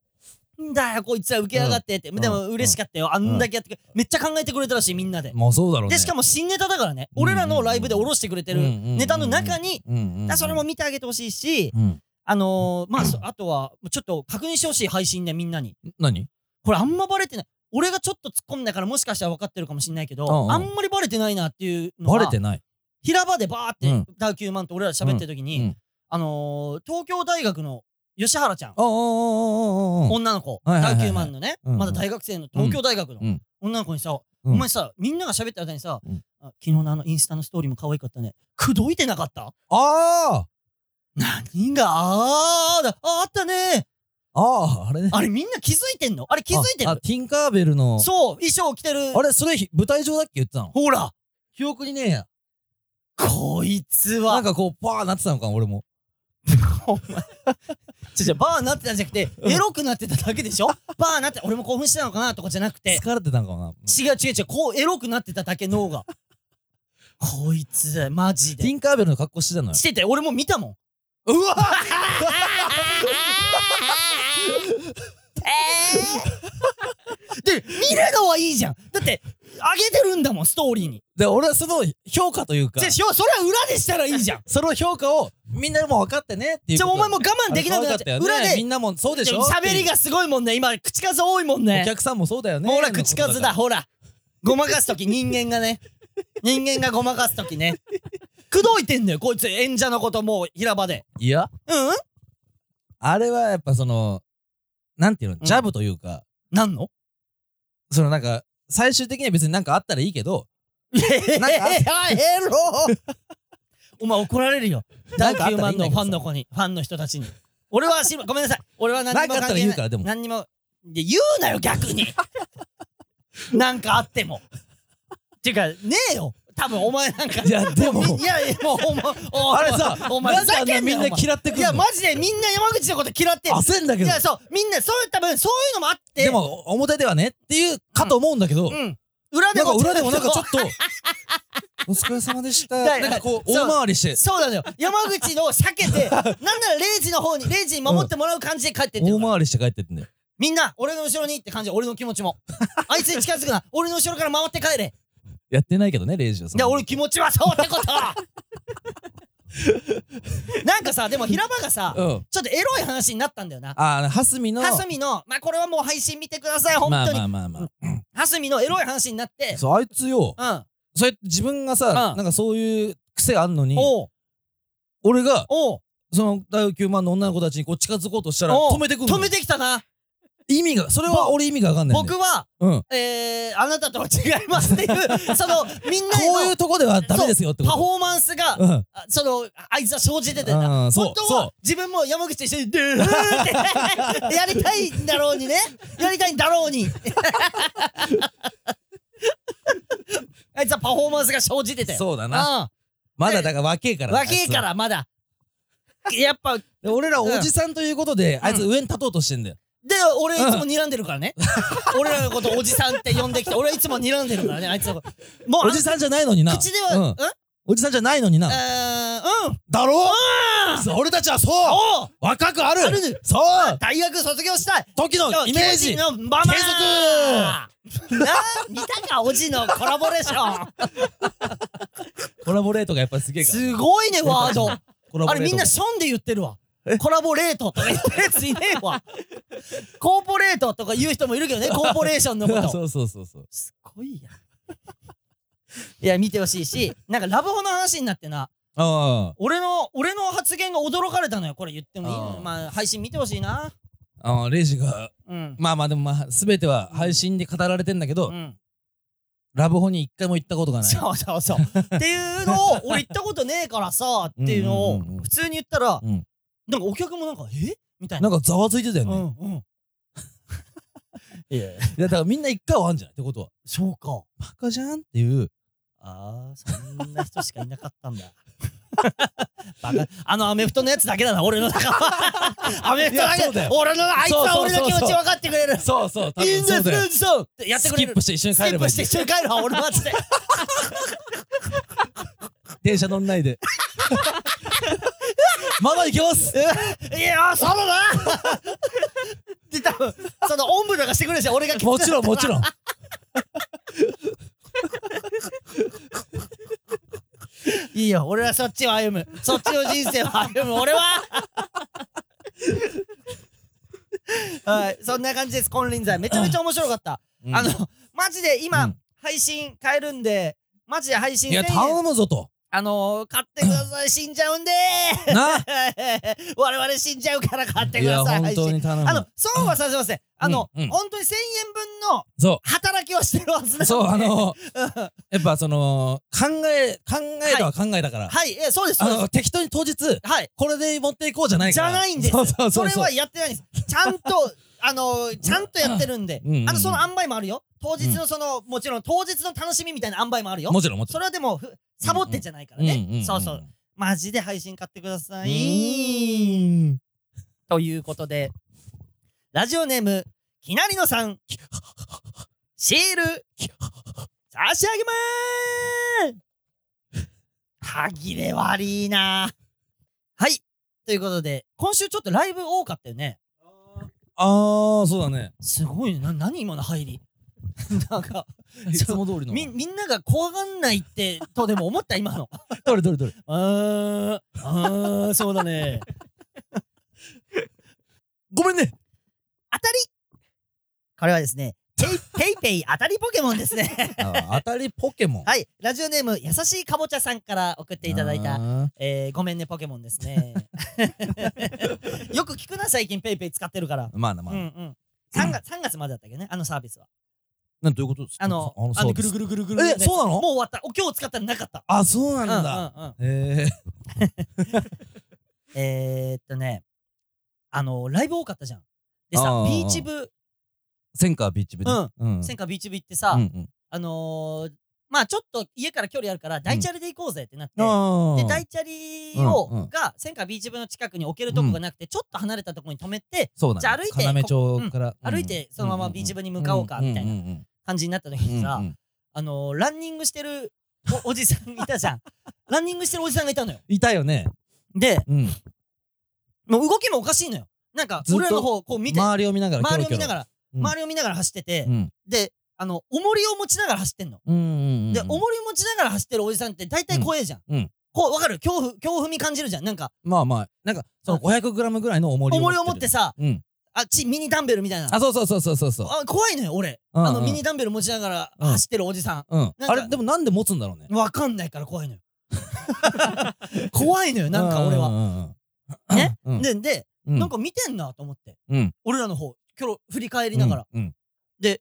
S1: んだよ、こいつは受け上がってって。
S2: ん
S1: でも嬉しかったよ。あんだけやってくれめっちゃ考えてくれたらしい、みんなで。
S2: まあそうだろうね
S1: で、しかも新ネタだからね。
S2: うん
S1: 俺らのライブで下ろしてくれてる
S2: うんうんうんうん
S1: ネタの中に、
S2: うんうんうん
S1: だそれも見てあげてほしいし、
S2: うん
S1: あのー、まあそ、あとは、ちょっと確認してほしい配信でみんなに。
S2: 何
S1: これあんまバレてない。俺がちょっと突っ込んだからもしかしたら分かってるかもしんないけど、
S2: うんうん
S1: あんまりバレてないなっていうの
S2: バ
S1: が
S2: レてない
S1: 平場でバーっ
S2: う
S1: て
S2: ん
S1: ダウ9万と俺ら喋ってる時に、
S2: うんうん
S1: あのー、東京大学の吉原ちゃん、
S2: ああああああ
S1: 女の子、
S2: はいは
S1: ダウ
S2: いはいはい
S1: 9万のね、
S2: うんうん
S1: まだ大学生の東京大学の、
S2: うん
S1: 女の子にさ、
S2: うん
S1: お前さみんなが喋った後にさ、
S2: うん
S1: あ昨日のあのインスタのストーリーも可愛かったね口説いてなかった
S2: ああ
S1: 何があーだああったね
S2: あああれね
S1: あれみんな気づいてんのあれ気づいて
S2: ああ
S1: る
S2: ティンカーベルの
S1: そう衣装着てる
S2: あれそれひ舞台上だっけ言ってたの
S1: ほら
S2: 記憶にねえや
S1: こいつ
S2: な
S1: は
S2: んかこうパーなってたのか俺も
S1: お前ちょちょバーなってたんじゃなくてエロくなってただけでしょ [laughs] バーなって俺も興奮してたのかなとかじゃなくて
S2: 疲れてたのかな
S1: 違う違う違うこうエロくなってただけ脳
S2: [laughs]
S1: がこいつマジ
S2: ティ
S1: で
S2: ンカーベルの格好してたのよ
S1: してて俺も見た
S2: [laughs]
S1: もん
S2: うわ
S1: で見るのはいいじゃんだって上げてるんだもんストーリーに
S2: で俺はその評価というか
S1: じゃあしょそれは裏でしたらいいじゃん
S2: その評価をみんなもう分かってねっていう
S1: じゃあお前もう我慢できなくなっ
S2: っ
S1: ち
S2: た
S1: ゃ
S2: よ
S1: う。
S2: ね
S1: 裏
S2: み
S1: で
S2: んなもそうでしょ
S1: 喋りがすごいもんね。今、口数多いもん
S2: お
S1: ね。
S2: 客さんもそうだよね
S1: ほら、口数だ、ほら。ごまかすとき、人間がね。人間がごまかすときね。口説いてんのよ、こいつ。演者のこともう平場で。
S2: いや
S1: うん
S2: あれはやっぱそのなんていうの
S1: ん
S2: ジャブというか、
S1: なんの
S2: そのなんか最終的には別になんかあったらいいけど
S1: え
S2: [laughs] なんか
S1: ヘロお前怒られるよ。
S2: な
S1: 第
S2: んかあった
S1: 9
S2: らいい
S1: 万
S2: んだ
S1: の
S2: けどさ
S1: ファンの子に、ファンの人た
S2: [laughs]
S1: ちに。俺は知らごめんなさい。俺は何にも
S2: なんか
S1: 関
S2: あったら
S1: 係
S2: 言う
S1: な
S2: から
S1: い。
S2: でも
S1: 何にも。で言うなよ、逆
S2: [laughs]
S1: に。なんかあっても。っていうか、ねえよ。多分お前なんか。
S2: いやでも
S1: いやいや、もう、お前、お
S2: あ
S1: 前
S2: れさ
S1: お前、
S2: な
S1: ふ
S2: んであ
S1: ざ
S2: んな
S1: けんな
S2: み
S1: よ
S2: んな
S1: お前
S2: 嫌ってくるの
S1: いや、マジでみんな山口のこと嫌ってんの
S2: 焦んだけ
S1: い
S2: ど
S1: や、そう、みんな、そういう、多分、そういうのもあって。
S2: で、も表ではねっていうかと思うんだけど、
S1: うん。裏で
S2: なんか
S1: も、
S2: 裏でもなんかちょっと「お疲れ様でした」
S1: だよ
S2: なんかこう
S1: そう
S2: 大回りして
S1: そうなのよ。山口のを避け
S2: [laughs]
S1: て、なんなら0時の方に、0時に守ってもらう感じで帰ってってる
S2: 大
S1: から、
S2: 回りして帰ってってんだよ
S1: みんな、俺の後ろにって感じ、俺の気持ちも。あいつに近づ
S2: [laughs]
S1: くな。俺の後ろから回って帰れ。
S2: やってないけどねレイジはそん
S1: で、
S2: な
S1: 俺気持ちはそう
S2: [laughs]
S1: ってことなんかさ、でも平場がさ、
S2: うん
S1: ちょっとエロい話になったんだよな。
S2: ああ蓮見の
S1: ハスミの、まあこれはもう配信見てください、本
S2: まあ
S1: 当
S2: ま
S1: に。
S2: あまあまあ、
S1: ハスミのエロい話になって、
S2: そうあいつよ
S1: うん。
S2: そうやって自分がさ、
S1: うん
S2: なんかそういう癖あんのに
S1: おう、
S2: 俺が
S1: おう、
S2: その第9万の女の子たちにこう近づこうとしたら
S1: おう
S2: 止めてくんのよ
S1: 止めてきたな。
S2: 意味がそれは俺意味が分かんないんだ
S1: 僕
S2: よ
S1: は、
S2: うん
S1: えー、あなたとは違いますってい
S2: [laughs]
S1: う、その、みんなへの
S2: こういうとこではダメですよってこ
S1: パ
S2: と
S1: フォーマンスが、
S2: うん
S1: あその、あいつは生じててんだ。
S2: うんそう
S1: 本当
S2: そう
S1: は、自分も山口と一緒に、ドゥーって [laughs] やりたいんだろうにね。やりたいんだろうに。 [laughs] あいつはパフォーマンスが生じてて。う
S2: そうだな
S1: な。
S2: まだだから若えか
S1: うん。
S2: らな
S1: 若えか
S2: あ
S1: ら、まだ。やっぱ、で、
S2: いつはで俺らおじさんということで、あいつ上に立とうとしてんだよ
S1: 俺いつも睨んでる
S2: [laughs]
S1: からね。俺らのことおじさんって呼んできて、俺はいつも睨んでるからね、あいつのこと。もう、
S2: おじさんじゃないのに
S1: あ
S2: な
S1: の口では、うん
S2: うん、おじさんじゃないのにな
S1: えーうん。
S2: だろそう俺たちはそう
S1: おう
S2: 若くある
S1: あるね
S2: そう
S1: 大学卒業したい
S2: 時のイメージ
S1: のまま
S2: 継
S1: 続な見たかおじのコラボレーション
S2: コラボレートがやっぱすげえから
S1: すごいねワード
S2: コラボ
S1: あ
S2: レート
S1: れみんな
S2: が
S1: ションで言ってるわコラボレートとか言ってるやついねえ
S2: [laughs]
S1: わコーポレートとか言う人もいるけどねコーポレーションのこと
S2: [laughs] そうそうそうそう
S1: すごいやいや見てほしいしなんかラブホの話になってな
S2: あ
S1: 俺の俺の発言が驚かれたのよこれ言ってもいいの
S2: あー
S1: まあ配信見てほしいな
S2: あああレイジが
S1: うん
S2: まあまあでもまあ全ては配信で語られてんだけど、
S1: うん
S2: ラブホに一回も行ったことがない
S1: そうそうそう。っていうのを、俺行ったことねえから [laughs] さ、っていうの
S2: う
S1: を
S2: んうんうんうん、
S1: 普通に言ったら、
S2: うん
S1: なんかお客もなんか、えみたい
S2: な
S1: な。
S2: んかざわついてたよね、
S1: う
S2: い
S1: んうん。いや、
S2: やだからみんな一回はあんじゃないってことは
S1: そうか。
S2: バカじゃんっていう
S1: ああ、そんな人しかいなか [laughs] ったんだ。バカあのアメフトのやつだけだな、俺の中 [laughs] は。アメフトだ
S2: いや
S1: け
S2: そうだよ
S1: 俺の、あいつは俺の気持ち分かってくれる。
S2: そうそう多
S1: いい
S2: 分
S1: んだよ、
S2: そう
S1: フル
S2: だよ
S1: ーズそうってやって
S2: ス
S1: く
S2: キ
S1: れ
S2: ッ
S1: る
S2: プ。して一緒に
S1: スキ
S2: 帰れ
S1: ッ
S2: ば
S1: プ
S2: いい
S1: して一緒に帰るわ、俺マジで。
S2: 電車乗んないで [laughs] まだ行
S1: [laughs]
S2: けます
S1: いやー、そうだな [laughs] で、多分、その、おんぶとかしてくれるし、俺が
S2: もちろんもちろん
S1: ん。いいよ、俺はそっちを歩む。そっちの人生を歩む、俺は [laughs] はい、そんな感じです、金輪際。めちゃめちゃ面白かった。あの、マジで今、
S2: うん
S1: 配信変えるんで、マジで配信
S2: いや
S1: 1000円
S2: 頼む
S1: [laughs]
S2: ぞと
S1: あのー、買ってください、死んじゃうんで [laughs]
S2: な
S1: 我々死んじゃうから買って
S2: い
S1: くだ
S2: や
S1: さい、
S2: 本当に頼む
S1: あの、そうはさせません。あの、
S2: うんうん
S1: 本当に1000円分の
S2: そ
S1: 働きをしてるはずなん
S2: う
S1: で。
S2: そうあの
S1: うん
S2: やっぱその考え考えたは考えたから、
S1: はい、え、そうです、そ
S2: あ
S1: うです。
S2: の適当に当日
S1: はい。
S2: これで持っていこうじゃない
S1: じ
S2: か
S1: ゃ
S2: ら
S1: ないんです。
S2: そうそうそう
S1: れはやってないんです。ちゃんと、あの、ちゃんとやってるんで
S2: うんうんう。ん
S1: あの、その塩梅もあるよ。当日のその、もちろん当日の楽しみみたいな塩梅もあるよ。
S2: もちろんもち
S1: そ
S2: ろん
S1: れはでも、ふサボってじゃないから
S2: んん
S1: ね。
S2: ん
S1: そうそう。マジで配信買ってくださ
S2: う
S1: い。
S2: ーん
S1: ということで、ラジオネーム、きなりのさん、シール、差し上げまーす歯切れ悪いなはい。ということで、今週ちょっとライブ多かったよね。
S2: あーそうだね
S1: [laughs] すごいね。な、何今の入り。 [laughs] なんか
S2: いつも通りの。
S1: みみんなが怖がんないってとでも思った今の
S2: どれどれどれ。
S1: あーあーそうだね
S2: [laughs] ごめ
S1: [laughs]
S2: んね
S1: 当たりこれはですねペイペイペイ当たりポケモンですね
S2: あ当たりポケモン。
S1: はいラジオネーム優しいかぼちゃさんから送っていただいた
S2: た。
S1: えー、ごめんねポケモンです
S2: [laughs]
S1: ねよく聞くな最近ペイペイ使ってるから、
S2: まあな、ま
S1: う
S2: あ
S1: んう
S2: な。
S1: ん 3, 月3月までだったっけねあのサービスは
S2: なんどういうことですか
S1: あのあ
S2: あ
S1: の
S2: のサー
S1: ぐ
S2: ビ
S1: る
S2: ス
S1: ぐるぐるぐるのやつ
S2: えそうなの
S1: もう終わったお今日使ったらなかった
S2: あ、そうなんだ。
S1: うんうんうん
S2: え
S1: えー、っとね、あの、ライブ多かったじゃん。でさ
S2: あ、ー
S1: ビーチ部、
S2: ー、 [laughs] センカービーチ部ね
S1: う
S2: うん。
S1: センカービーチ部行ってさ、
S2: うんうん
S1: あのー、まあちょっと家から距離あるから、大チャリで行こうぜってなって、
S2: あ
S1: で、
S2: あ。
S1: 大チャリを、
S2: うんうん
S1: が、センカービーチ部の近くに置けるとこがなくて、ちょっと離れたとこに止めて、
S2: そうだね。
S1: じゃあ歩いて
S2: 要町から。
S1: うん歩いてそのままビーチ部に向かおうかみたいな
S2: な。
S1: 感じになった時にさ、あのー、ランニングしてるおお [laughs] じさんいたじゃん。ランニングしてるおじさんがいたのよ。
S2: いたよね。
S1: で、
S2: うん。
S1: もう動きもおかしいのよ。なんか、
S2: ずっと
S1: 俺らの方、こう見て、
S2: 周りを見ながら。
S1: 周りを見ながら、
S2: うん
S1: 周りを見ながら走ってて、
S2: ら。うん。
S1: で、あの、重りを持ちながら走ってんの。
S2: うんうんうん。
S1: で、重り持ちながら走ってるおじさんって大体怖えじゃん。
S2: うんうん
S1: こう、わかる恐怖、恐怖み感じるじゃん。なんか、
S2: まあまあ、なんか、その 500g ぐらいの重りを。
S1: 重りを持って
S2: る。
S1: さ、
S2: うん。
S1: あち、ミニダンベルみたいな。
S2: あ、そうそうそうそうそうそう。
S1: あ怖いのよ、俺。
S2: うん
S1: あの、
S2: うん
S1: ミニダンベル持ちながら
S2: うん
S1: 走ってるおじさ
S2: うん。
S1: なんか
S2: あれ、でもなんで持つんだろうね
S1: ん。。わかんないから怖いのよ。怖いのよ、なんか俺は。
S2: は。
S1: ね
S2: うん
S1: で、で、
S2: な
S1: なん、か見てんなと思って。
S2: うん
S1: 俺らの方、キョロ、振り返りながら。。
S2: うん。
S1: で、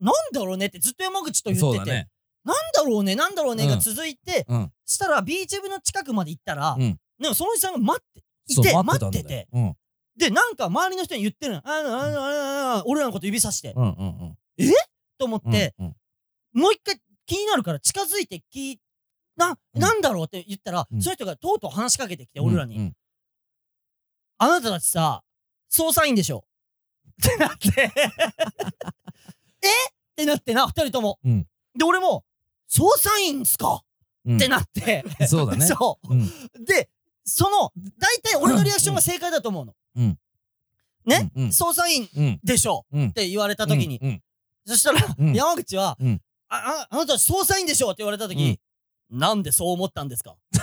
S1: なんだろうねってずっと山口と言
S2: そう
S1: っ
S2: だ
S1: てて、
S2: ね。
S1: なんだろうね、なんだろうね
S2: うん
S1: が続いて、
S2: うん
S1: したらビーチ部の近くまで行ったら、
S2: うん
S1: でもそのおじさんが待って、い
S2: そう
S1: て、
S2: た
S1: 待
S2: ん
S1: っ
S2: だよ
S1: てて、
S2: うん。
S1: で、なんか周りの人に言ってるの、あの、あの、あの、あの、俺らのこと指さして、
S2: うんうんうん。
S1: と思って、
S2: うん、
S1: もう一回気になるから近づいて聞いな、
S2: うん
S1: なんだろうって言ったら、
S2: うん
S1: その人がとうとう話しかけてきて、
S2: うん
S1: 俺らに、
S2: うん
S1: あなたたちさ、捜査員でしょ。ってな
S2: [laughs]
S1: って、えってなってな、二人とも。
S2: うん
S1: で、俺も、捜査員っすか、
S2: うん
S1: ってなって。
S2: そうだね。
S1: そう
S2: うん。
S1: で、その、大体俺のリアクションが正解だと思うの。
S2: うん
S1: ね、
S2: うんうん
S1: 捜査員
S2: うん。
S1: でしょ
S2: うん
S1: って言われた時に、
S2: うん。
S1: そしたら、
S2: うん
S1: 山口は、
S2: うん
S1: あ、ああなた捜査員でしょって言われた時、なんでそう思ったんですか [laughs]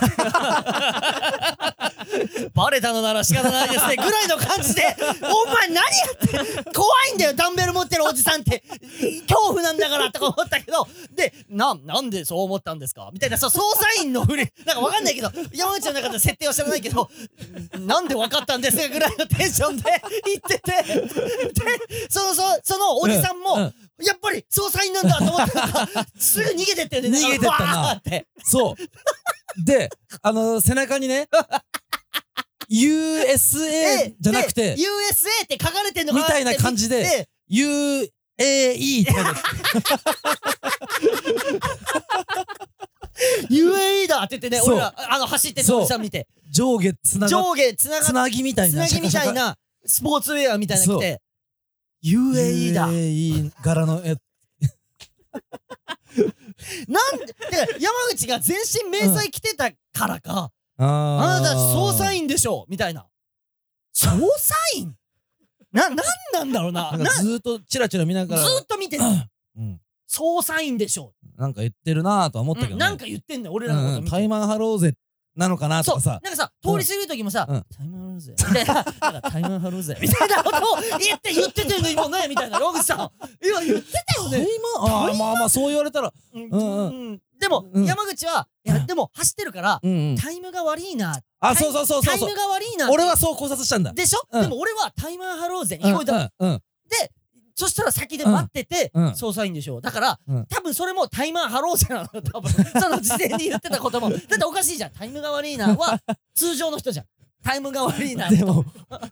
S1: バレたのなら仕方ないですね。ぐらいの感じで、お前何やって怖いんだよ、ダンベル持ってるおじさんって。恐怖なんだからとか思ったけど、で、な、なんでそう思ったんですかみたいな、そう、捜査員のふり、なんかわかんないけど、山口の中で設定は知らないけど、なんでわかったんですかぐらいのテンションで言ってて、で、その、その、そのおじさんも、
S2: ううん
S1: やっぱり捜査員なんだと思った
S2: [laughs]
S1: ら、すぐ逃げてってんね。
S2: 逃げてったな
S1: わーって。
S2: そう。で、あの背中にね、USA じゃなく
S1: で
S2: て、
S1: USA って書かれてんのか
S2: みたいな感じで
S1: で
S2: UAE って書いてある
S1: UAE だって言ってね、
S2: そう
S1: 俺ら、あの、走ってたおじさん見て、
S2: 上下つなが、
S1: 上下つな
S2: つ
S1: がっ
S2: なぎみたい
S1: つ
S2: な。
S1: なぎみたい
S2: シャカ
S1: な、スポーツウェアみたいなの着て、
S2: シャカ。
S1: UAE だ。
S2: UAE 柄のやつ。
S1: なんで、てか山口が全身迷彩着てたからか、あ
S2: あ
S1: なた捜査
S2: 員。
S1: 員でしょみたいな。捜査員な、なんなんだろうな。
S2: な
S1: なんず
S2: かずーっとチラチラ見ながら、
S1: ーっと見て
S2: [laughs]
S1: る。
S2: うん、
S1: 捜査員でしょ、
S2: なんか言ってるなぁとは思ったけど、
S1: うん
S2: ね。
S1: なんか言ってんのよ俺
S2: う
S1: らのこ
S2: んう
S1: と
S2: ん、
S1: 見て。
S2: タイマン張ろうぜなのかなと
S1: そう
S2: か
S1: なん
S2: さ。
S1: かさ
S2: う
S1: 通
S2: ん
S1: り過ぎる時もさ
S2: うん
S1: 「タイマン張ろう
S2: [laughs]
S1: ぜ」みたいな「なんかタイマン張ろうぜ」みたいなことを言って言っててるの今ねみたいな山口さん今言ってたよ
S2: タイ
S1: ね
S2: マンあーまあまあそう言われたら、
S1: うん
S2: うんう
S1: うんでも
S2: うん
S1: 山口はいやでも走ってるから
S2: うんうん、
S1: タイムが悪いな
S2: あそうそうそうそう
S1: タイ
S2: そう
S1: ムが悪いな
S2: 俺はそう考察したんだ
S1: でしょ
S2: うん
S1: でも俺は「タイマン張ろうぜ」聞こえたの
S2: うんうん
S1: でそしたら先で待ってて
S2: うんうん
S1: 捜査員でしょだから
S2: うん
S1: 多分それもタイマン張ろうぜなのよ多
S2: [laughs]
S1: 分その事前に言ってたこともだっておかしいじゃんタイムが悪いな
S2: [laughs]
S1: は通常の人じゃんタイムが悪いな
S2: でも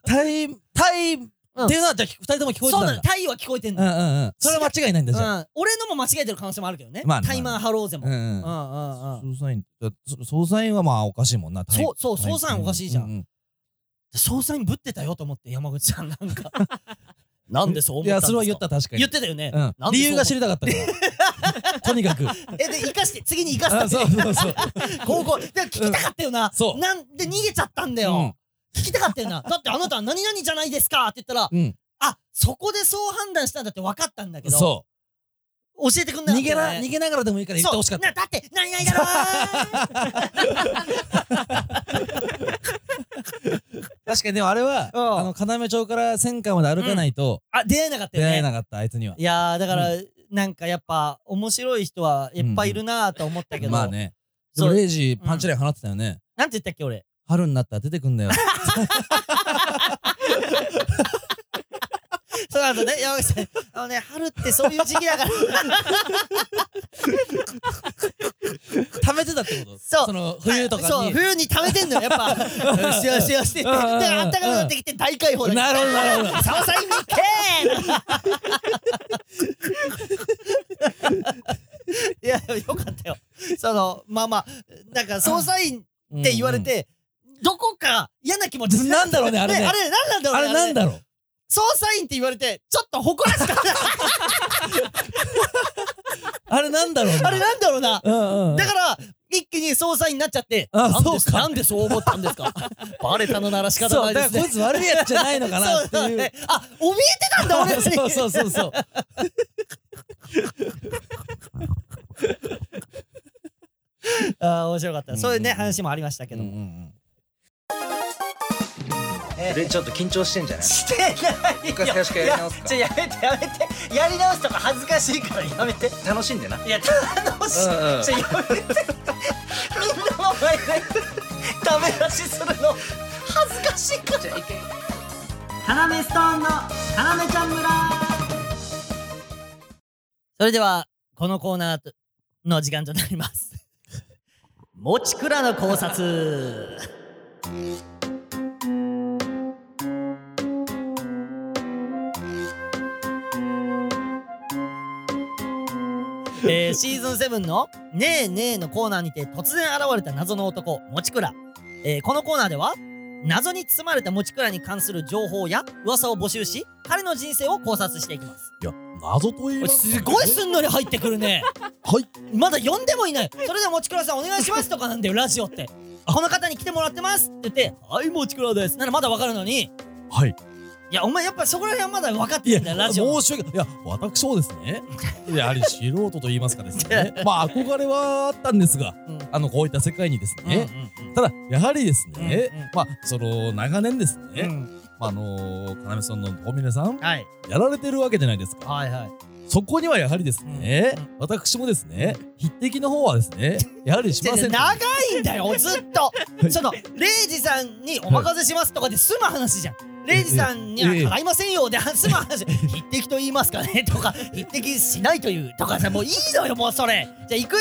S2: タイタイっていうのはじゃあ二人とも聞
S1: そ
S2: こえて
S1: う
S2: た
S1: なの
S2: ん
S1: よ
S2: だ
S1: 太陽は聞こえてん
S2: う
S1: の
S2: ん
S1: よ
S2: うんうんそれは間違いないんだ
S1: う
S2: じゃあ
S1: ん俺のも間違えてる可能性もあるけどね
S2: まあね
S1: タイマン張ろうぜも
S2: う
S1: うんんうん
S2: うん
S1: うん
S2: 捜査員だそ捜査員はまあおかしいもんなタイ
S1: そうそう
S2: タイ
S1: 捜査員おかしいじゃん
S2: うう
S1: 捜査員ぶってたよと思って山口さんなん
S2: [laughs]
S1: かなんでそう思っ
S2: い
S1: たん
S2: や
S1: ですか
S2: それは言った確かに
S1: 言ってたよね
S2: うん
S1: なんで
S2: 理
S1: そう
S2: 由
S1: 思
S2: が
S1: っ
S2: 知りたかったから
S1: [laughs]
S2: とにかく
S1: えで生かして次に生かした
S2: あそうそうそう
S1: 高校で聞きたかったよな、
S2: そう
S1: なんで逃げちゃったんだよ、
S2: うん [laughs]
S1: 聞きたかったよなだってあなたは何々じゃないですかって言ったら、
S2: うん
S1: あ、そこでそう判断したんだって分かったんだけど、
S2: そ
S1: 教えてくん
S2: う。
S1: なか
S2: 逃
S1: った
S2: げ
S1: よね、
S2: ら、逃げながらでもいいから言ってほしか
S1: そ
S2: っ
S1: うなだって、何々だろ
S2: [laughs]
S1: ー
S2: た。確かにでもあれは、
S1: うん
S2: あの、要町から千川まで歩かないと、
S1: あ、出会えなかった
S2: 出
S1: よ
S2: 会え
S1: ね。。
S2: なかった、あいつにはい
S1: やー、だから、なんかやっぱ、面白い人はいっぱいいるなーと思ったけど、
S2: まあね。で
S1: そう
S2: もレイジ、パンチライン放ってたよね。
S1: なんて言ったっけ、俺。
S2: 春になったら出てくんだよ。
S1: そうあとね、山口さん、あのね、春ってそういう時期だから、
S2: 貯めてたってこと
S1: そう
S2: その、 [laughs] 冬とか
S1: そう、
S2: に。
S1: 冬に食べてんのよ、や
S2: [laughs]
S1: っぱ。よしよしよしって言って。
S2: うんうんうん
S1: で、あったかくなってきて大解放だ
S2: なるほどなるほど
S1: サオサインミッケーいや、よかったよ。その、まあまあ、なんか、捜査員
S2: っ
S1: [laughs] って言われ、て、どこか嫌な気持ちに
S2: なんだろうねあれね
S1: あれ、なんなんだろ
S2: あ
S1: うね
S2: れなんだ
S1: ろ
S2: ろう
S1: 捜査員って言われて、ちょっと誇らしかっ
S2: [laughs]
S1: た。
S2: あれなんだろう
S1: [laughs] あれなんだろうな。
S2: うんうん。
S1: だから、一気に捜査員になっちゃって、
S2: あ
S1: なんで
S2: そうか
S1: なんでそう思ったんです
S2: [laughs]
S1: かバレたのなら仕方
S2: そ
S1: な
S2: う、
S1: い
S2: だ
S1: で
S2: か
S1: す
S2: ら
S1: ね
S2: こい。つ悪いやつじゃないのか [laughs] なっ
S1: [laughs] そう
S2: て
S1: だ
S2: いう
S1: ね。あ、怯えてたんだ、俺らに。
S2: そうそうそうそう。
S1: [laughs] あー面白かった。そういうね、
S2: うんうんうん
S1: 話もありましたけども。
S3: 俺ちょっと緊張してんじゃない
S1: してない
S3: 一回最初からやり直すか
S1: いやちょやめてやめて。やり直すとか恥ずかしいからやめて。
S3: 楽しんでない
S1: や、楽しい。
S3: うんうん
S1: ちょやめて。みんなの前でダメ出しするの恥ずかしいから。カナメストーンのカナメちゃん村それでは、このコーナーとの時間となります。もちくらの考察えー、シーズン7の「ねえねえ」のコーナーにて突然現れた謎の男もちくら、えーこのコーナーでは謎に包まれたもちくらに関する情報や噂を募集し彼の人生を考察していきます
S2: いや、謎と言いますかね
S1: すごいすんのに入ってくるね
S2: はい。
S1: まだ呼んでもいないそれでもちくらさんお願いしますとかなんだよラジオってこの方に来てもらってますって言って「はいもちくらです」ならまだわかるのに
S2: はい。
S1: いやお前やっぱそこら辺はまだ分かっ
S2: い
S1: て
S2: や
S1: んだよラ、ジオ
S2: 申し訳ない。いや、私もですね、やはり素人と言いますかですね、まあ、憧れはあったんですが、
S1: うん
S2: あの、こういった世界にです
S1: うんうん
S2: ね、ただ、やはりですね、
S1: うんうん
S2: まあ、その、長年ですね、
S1: うん
S2: まあ、あのー、要さんの小峰さん、
S1: はい
S2: やられてるわけじゃないですか。
S1: はいはい
S2: そこにはやはりですね、
S1: うん
S2: 私もですね、匹敵の方はですね、やはりしません。
S1: 長いんだよずっとそのレイジさんにお任せしますとかで済む話じゃんレイジさんには
S2: ええ
S1: 払いませんよで済む話匹敵と言いますかねとか匹敵しないというとかさもういいのよもうそれじゃあ行くよ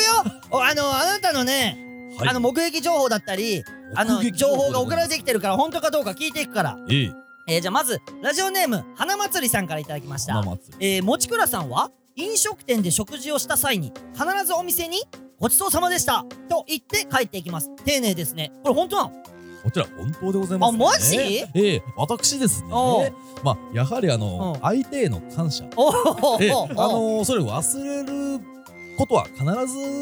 S1: おあのあなたのね
S2: はい
S1: あの目撃情報だったりあの情報が送られてきてるから本当かどうか聞いていくから
S2: ええ、
S1: えーじゃあまずラジオネーム花祭りさんからいただきました
S2: 花祭り。
S1: えー、もちくらさんは飲食店で食事をした際に必ずお店に「ごちそうさまでした」と言って帰っていきます丁寧ですねこれ本当なの
S2: こちら本当でございます、ね。
S1: あマジ
S2: ええ、私ですね
S1: おう。
S2: まあ、やはりあの
S1: う、ん
S2: 相手への感謝。
S1: お
S2: ええ、あ
S1: お
S2: のー、それを忘れることは必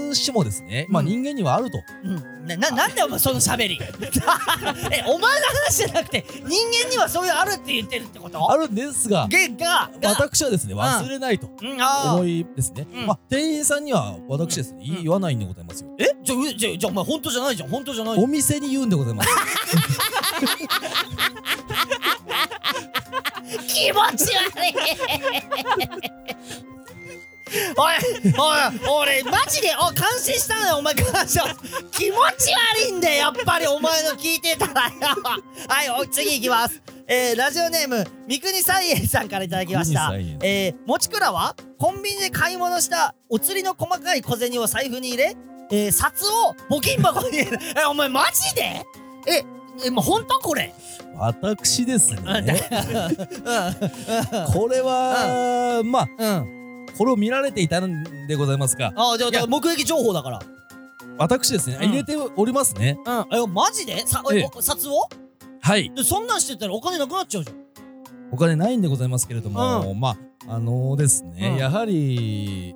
S2: ずしもですね、まあ
S1: うん
S2: 人間にはあると。
S1: うん、なななんでお前その喋り [laughs] えお前の話じゃなくて人間にはそういうあるって言ってるってこと
S2: あるんですが、
S1: げがが、
S2: 私はですね、忘れないと。
S1: うん、あ
S2: 思
S1: ー
S2: いですね、
S1: うん
S2: まあ店員さんには私ですね、
S1: うんうん
S2: 言わないんでございますよ、
S1: えじゃうじゃじゃお前本当じゃないじゃん本当じゃないじゃん
S2: お店に言うんでございます
S1: [laughs] 気持ち悪いおいおい俺マジでお感心したのよお前感謝気持ち悪いんだよやっぱりお前の聞いてたらよはいお次いきますえー、ラジオネーム三國菜園さんからいただきました
S2: 三國菜
S1: えー、もちくらはコンビニで買い物したお釣りの細かい小銭を財布に入れ、えー、札を募金箱に入れるえお前マジでええもう本当これ、
S2: 私ですね
S1: うんうん
S2: これは、まあ
S1: うん
S2: これを見られていたんでございますが
S1: あじゃあ
S2: いや
S1: 目撃情報だから。
S2: 私ですね、
S1: うん
S2: 入れておりますね
S1: うん。え、マジでさ、え
S2: ええ
S1: お札を
S2: はい
S1: でそんなんしてたらお金なくなっちゃうじゃん。
S2: お金ないんでございますけれども、まああのですね、
S1: うん
S2: やはり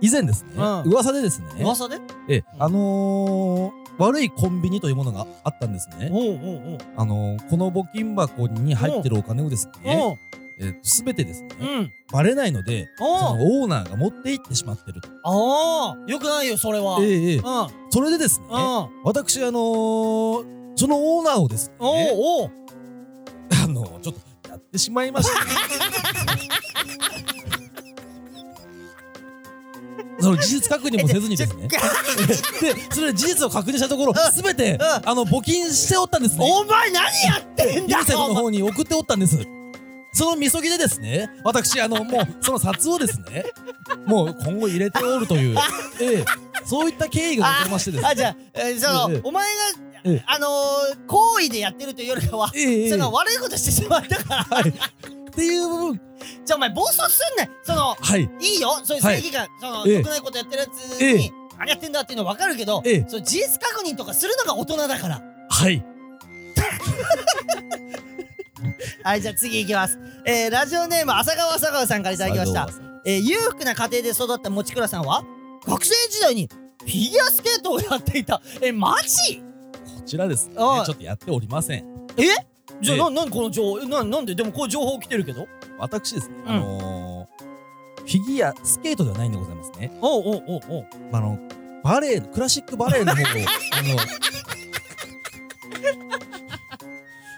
S2: 以前ですね、
S1: うん
S2: 噂でですね
S1: 噂で
S2: ええあのー悪いコンビニというものがあったんですね。
S1: おうおうおう。
S2: あのーこの募金箱に入ってるお金をですね、
S1: おう
S2: えー、全てですね、
S1: うん。
S2: バレないのでそ
S1: おー
S2: のオーナーが持って行ってしまってると
S1: あーよくないよ、それは。
S2: ええええ
S1: うん。
S2: それでですね
S1: うん。お
S2: 私あのー、そのオーナーをですね
S1: ーおー
S2: [laughs] あのちょっとやってしまい
S1: [laughs]
S2: ました、その事実確認もせずにですねでそれで事実を確認したところ
S1: うん
S2: 全て、
S1: ん
S2: あの募金しておったんですね
S1: [laughs] お前何やってん
S2: ユ
S1: だ
S2: ニセフの
S1: お前
S2: 方に送っておったんですそのみそぎでですね私
S1: [laughs]
S2: あのもうその札をですねもう今後入れておるというええそういった経緯がございましてですね
S1: あ、じゃあ、えーそ
S2: ええ
S1: の、お前
S2: え
S1: が
S2: え、
S1: あのー、行為でやってるというよりかは、
S2: ええええ
S1: その悪いことしてしまったから、
S2: はいっていう部分
S1: じゃあお前暴走すんねんその、
S2: はい
S1: いいよそういう正義感、その、
S2: ええ
S1: 良くないことやってるやつ
S2: え
S1: に
S2: え、
S1: 何やってんだっていうの分かるけど、
S2: ええ
S1: その事実確認とかするのが大人だから。
S2: はい
S1: はい、じゃあ次いきます。えー、ラジオネーム、浅川浅川さんからいただきました。えー、裕福な家庭で育った持倉さんは、学生時代にフィギュアスケートをやっていた。え、マジ
S2: こちらですねち
S1: は
S2: ょ
S1: い
S2: っとやっておりません
S1: じゃあ、
S2: ええ
S1: な、なんこの情報、な、なんででもこういう情報来てるけど。
S2: 私ですね、
S1: ん
S2: あのー、フィギュアスケートではないんでございますね、
S1: おうおうおうおう。
S2: あのバレエのクラシックバレエの方をあ
S1: [laughs]
S2: の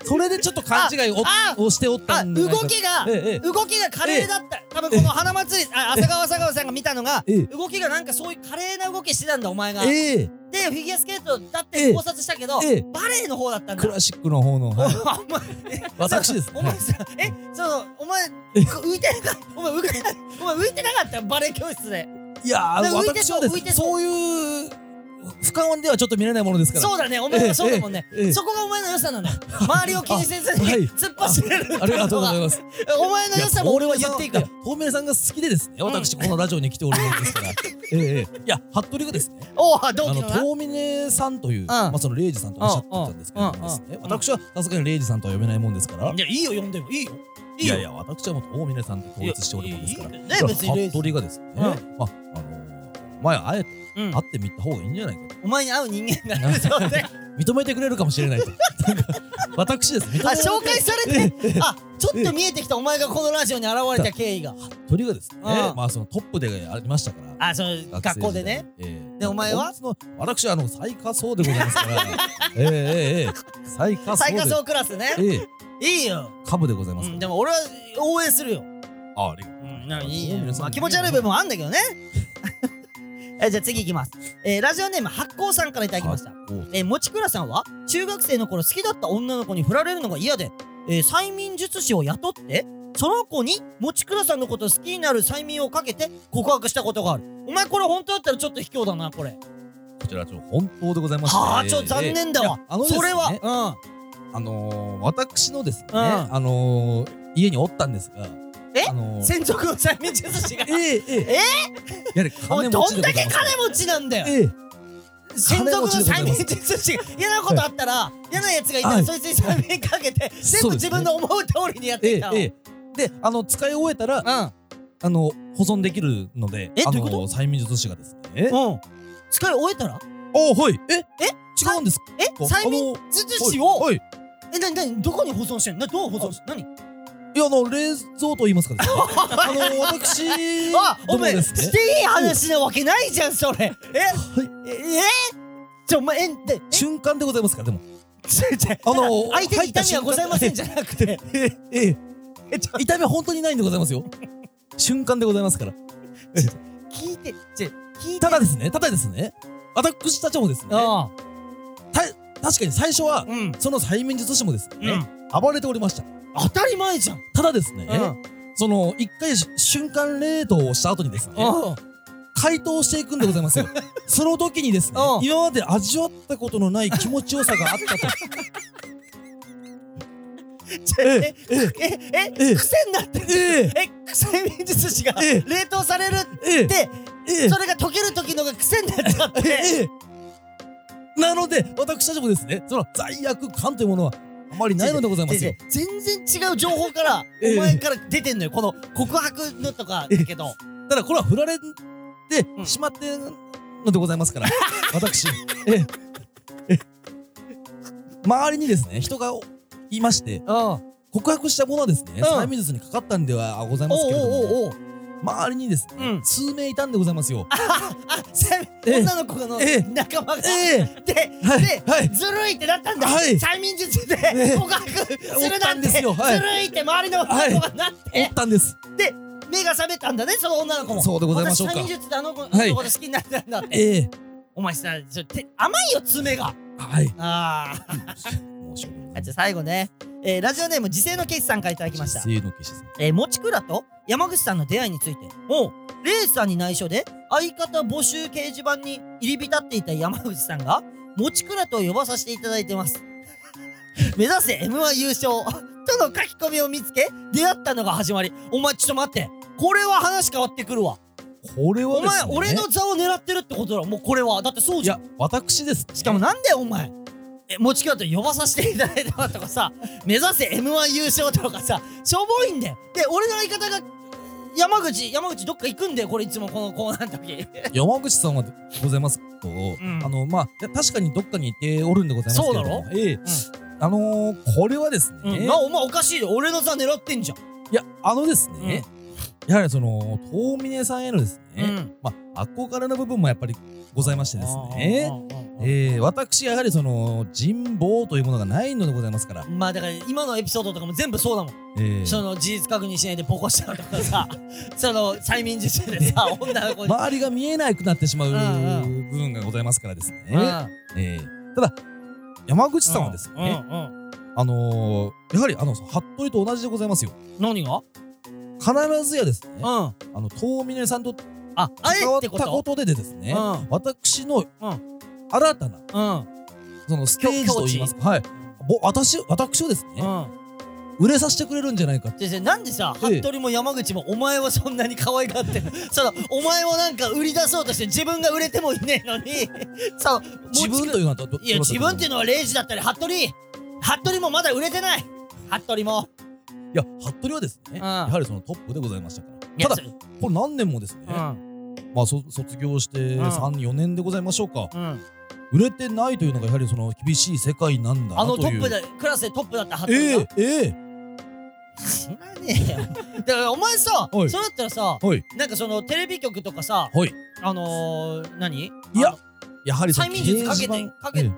S2: それでちょっと勘違いを
S1: あ
S2: をしておった
S1: あ、
S2: んで
S1: 動きが、
S2: えええ
S1: 動きが華麗だった。多分この花祭り、あ、浅川浅川さんが見たのが、
S2: ええ
S1: 動きがなんかそういう華麗な動きしてたんだ、お前が。
S2: え
S1: で、
S2: ええ
S1: フィギュアスケートだっ
S2: え
S1: て
S2: え
S1: 考察したけど、
S2: ええ
S1: バレエの方だったんだ
S2: ク。ラシックの方の、はい、
S1: お前
S2: 私ですね
S1: お前さ、え、そう、お前、
S2: え
S1: 浮いてなかった、お前浮かない、お前浮いてなかった、バレエ教室で。
S2: いやー
S1: で浮いて
S2: 私
S1: そう
S2: はで
S1: 浮いて
S2: す
S1: そう
S2: そういう俯瞰ではちょっと見れないものですから
S1: そうだね、お前はそうだもんね
S2: えええ。え
S1: そこがお前の良さなんだよ。周りを気にせずに
S2: あはい
S1: 突っ走れるっていうの
S2: ありがとうござい
S1: が。
S2: ます
S1: お前の良さも俺は言っていくよ。
S2: 透明さんが好きでですね私このラジオに来ておるものです
S1: [laughs]
S2: からええいや服部がですね
S1: おお、同
S2: あ
S1: 期
S2: の
S1: のな。
S2: 遠峰さんという、まあ、そのレイジさんとおっしゃってたんですけれどもです
S1: うんうん
S2: ね
S1: うん
S2: 私はさすがにレイジさんとは呼べないもんですから
S1: いや、いいよ、呼んでもいいよ。い
S2: い
S1: いよ
S2: やいや私はもう遠峰さんと統一しておるもんですから
S1: いやいい
S2: だ
S1: ね
S2: から
S1: 別にレイジ
S2: 服部がですね、
S1: うん
S2: まああの前はあえて
S1: うん
S2: 会ってみた方がいいんじゃないかと
S1: お前に会う人間がいるそう [laughs] で。
S2: 認めてくれるかもしれないとなんか私です認め
S1: あ、
S2: られて
S1: 紹介されて、あ、ちょっと見えてきたお前がこのラジオに現れた経緯が。
S2: 服部がですね、
S1: うん
S2: まあそのトップでありましたから
S1: [laughs] あ、そう、学校でね。。
S2: ええ
S1: でお前は
S2: 本日の私はあの最下層でございま
S1: [laughs]
S2: すから。ええええええ最下層で。
S1: 最下層クラスね。
S2: ええ
S1: いいよ。
S2: 下部でございま
S1: う
S2: すか
S1: ん、
S2: ら。
S1: でも俺は応援するよ。
S2: あありがとう
S1: うん、なんかいい
S2: そう
S1: ね
S2: 皆。さん
S1: まあ気持ち悪い部分もあんだけどね。 [laughs] えじゃあ次いきます。えーラジオネーム発光さんからいただきました。
S2: おう
S1: えー、もちくらさんは中学生の頃好きだった女の子に振られるのが嫌で、えー催眠術師を雇って、その子にもちくらさんのこと好きになる催眠をかけて告白したことがある。お前これ本当だったらちょっと卑怯だな、これ。
S2: こちらちょっと本当でございまして。
S1: はあ、ちょっと残
S2: ええ。
S1: 念だわ
S2: いや。あのですね
S1: それは、
S2: あのー、私のですね、
S1: うん
S2: あのー、家におったんですが。
S1: え
S2: あ
S1: う
S2: の
S1: ん。
S2: ー、
S1: 専属の催眠術師が
S2: え。えええ
S1: え
S2: やはり
S1: [laughs] おい、
S2: 金持
S1: ど
S2: ち
S1: んだ
S2: でござ
S1: け
S2: います。
S1: 金持ちなんだよ。
S2: ええ
S1: 専属の催眠術師が嫌なことあったら嫌なやつがいた
S2: は
S1: ら
S2: い
S1: そいつに催眠かけて全
S2: そう
S1: 部
S2: です
S1: 自
S2: ね
S1: 分の思う通りにやっ
S2: え
S1: て
S2: え
S1: いたの
S2: ええで、あの、使い終えたら、
S1: う
S2: あの、保存できるので、
S1: えど
S2: あ
S1: う
S2: の
S1: いうこ
S2: ー、催眠術師がですね。
S1: んうん使い終えたら
S2: おはい。え
S1: え
S2: 違うんですか
S1: え催眠
S2: あの
S1: 術
S2: ー
S1: 師
S2: はい
S1: を
S2: はい
S1: えなになにどこに保存してんのなどう保存し何
S2: いや、あの、冷蔵と言います
S1: [laughs]
S2: かですね。あの、私
S1: あお
S2: ども
S1: 前
S2: です
S1: し
S2: ね。
S1: ていい話なわけないじゃんそれえ
S2: はい
S1: ええちょお前えでえ
S2: 瞬間でございますから、でも。
S1: ちょちょ
S2: あの
S1: 相手に痛みはございませんじ
S2: ゃ
S1: ゃなくて
S2: ええ、え、ちょ痛みは本当にないんでございますよ。瞬間でございますから。
S1: 聞いてちょ聞いて
S2: ただですね、ただですね、私たちもですね、確
S1: あ
S2: かに最初は、
S1: うん
S2: その催眠術師もです
S1: う
S2: ね
S1: ん、
S2: 暴れておりました。
S1: 当たり前じゃん
S2: ただですね
S1: うん、
S2: その、一回し瞬間冷凍をした後にですね、
S1: うん
S2: 解凍していくんでござ
S1: [laughs]
S2: いますよその時にですね
S1: うん
S2: 今まで味わったことのない気持ちよさが
S1: [laughs]
S2: あったと
S1: ええ
S2: え
S1: ええ
S2: え
S1: 癖になってる
S2: え
S1: え臭い術師が
S2: ええ
S1: 冷凍される
S2: え
S1: っ
S2: え
S1: て
S2: ええ
S1: それが溶ける時のが癖になっちゃっ
S2: え
S1: て
S2: えなので私たちもですねその罪悪感というものはあまりないのでございますよ
S1: で全然違う情報から
S2: え
S1: お
S2: え
S1: 前から出てんのよこの告白のとかだけど
S2: ただこれは振られ
S1: うん
S2: てしまってのでございま
S1: [laughs]
S2: すから私ええええ周りにですね人がいまして
S1: うん
S2: 告白したものはですね、
S1: ん
S2: 催眠術にかかったんではございます
S1: お
S2: け
S1: う
S2: れども
S1: おうおうおう
S2: 周りにですね、
S1: うん
S2: 数名いたんでございますよ。
S1: あせ
S2: ええ
S1: 女の子の
S2: ええ
S1: 仲間が、
S2: ええ
S1: で、
S2: はい
S1: で、
S2: はい
S1: ずるいってなったんだ、
S2: はい
S1: 催眠術で
S2: ええ
S1: 告白する
S2: 思った
S1: なん
S2: ん
S1: て
S2: ですよはい
S1: ずるいって周りの女の子がなって、
S2: おったんです。
S1: で目が覚めたんだねその女の子も
S2: そうでございましょうか
S1: 私催眠術であの子の
S2: はい
S1: こと好きになったんだって、
S2: ええ
S1: お前さちょ手甘いよ爪が
S2: はい。
S1: あー
S2: 申し訳な
S1: あ
S2: い。
S1: じゃあ最後ね、えーラジオネーム時世のケイさんからいただきました
S2: せーの消しさん。
S1: えー、もちくらと山口さんの出会いについておうレイさんに内緒で相方募集掲示板に入り浸っていた山口さんがもちくらと呼ばさせていただいてます [laughs] 目指せ m 1優勝 [laughs] との書き込みを見つけ出会ったのが始まりお前ちょっと待ってこれは話変わってくるわ
S2: これは
S1: お
S2: で
S1: 前
S2: すね。
S1: 俺の座を狙ってるってことだろもうこれはだってそう
S2: い
S1: じゃん
S2: や私です、ね。
S1: しかもなんだよお前え持ち帰って呼ばさせていただいたとかさ [laughs] 目指せ m 1優勝とかさしょぼいんだよで俺の相方が山口山口どっか行くんだよこれいつもこのコーナーの時
S2: [laughs] 山口さんはでございますと、
S1: ん
S2: あのまあいや確かにどっかにいておるんでございますけれども
S1: そう
S2: ええあのー、これはですね、
S1: うん
S2: い
S1: なお前おかしいよ俺の座狙ってんじゃん
S2: やあのですね、やはりその遠峰さんへのですね、
S1: うん
S2: まあ憧れの部分もやっぱりございましてですね
S1: あー
S2: ええ私やはりその人望というものがないのでございますから、
S1: まあだから今のエピソードとかも全部そうだもん、
S2: ええ
S1: その事実確認しないでボコしたとかさ [laughs] その催眠術で
S2: [laughs]
S1: さ女の子に、
S2: 周りが見えなくなってしまう
S1: うんう
S2: 部分がございますからですね、
S1: うん
S2: ええただ山口さんはですね、
S1: うんうん
S2: あのー、やはりあの服部と同じでございますよ
S1: 何が
S2: 必ずやです
S1: う
S2: ね
S1: んあ
S2: あの遠峰さんと
S1: あ
S2: 関
S1: え
S2: わ
S1: っ
S2: ってた
S1: こと
S2: ことでですね、
S1: うん
S2: 私の
S1: うん
S2: 新たな
S1: うん
S2: そのステージといいますか、はい、ぼ私私をです
S1: う
S2: ね、
S1: ん
S2: 売れさせてくれるんじゃないかって
S1: 先生なんでさ
S2: ええ
S1: 服部も山口もお前はそんなに可愛がってるその [laughs] お前をなんか売り出そうとして自分が売れてもいねえのに [laughs] そう
S2: 自分というのはどど
S1: いや
S2: どうだ
S1: 自
S2: と思
S1: 分っていうのはレイジだったり服部服部もまだ売れてない服部も
S2: いや服部はですね、
S1: ん
S2: やはりそのトップでございましたからただ
S1: いや
S2: これ何年もですね、
S1: うん
S2: まあそ卒業して
S1: ん
S2: 34年でございましょうか、
S1: うん
S2: 売れてないというのがやはりその厳しい世界なんだな
S1: あ
S2: とい
S1: のト
S2: う
S1: ップでクラスでトップだった服部
S2: ええ
S1: が
S2: え
S1: 知らねえよだからお前さ
S2: はい
S1: そうだったらさ
S2: えはい
S1: なんかそのテレビ局とかさ
S2: はい
S1: あのー何い
S2: ややはりその
S1: 催眠術かけて
S2: 掲示板
S1: かけ
S2: ええ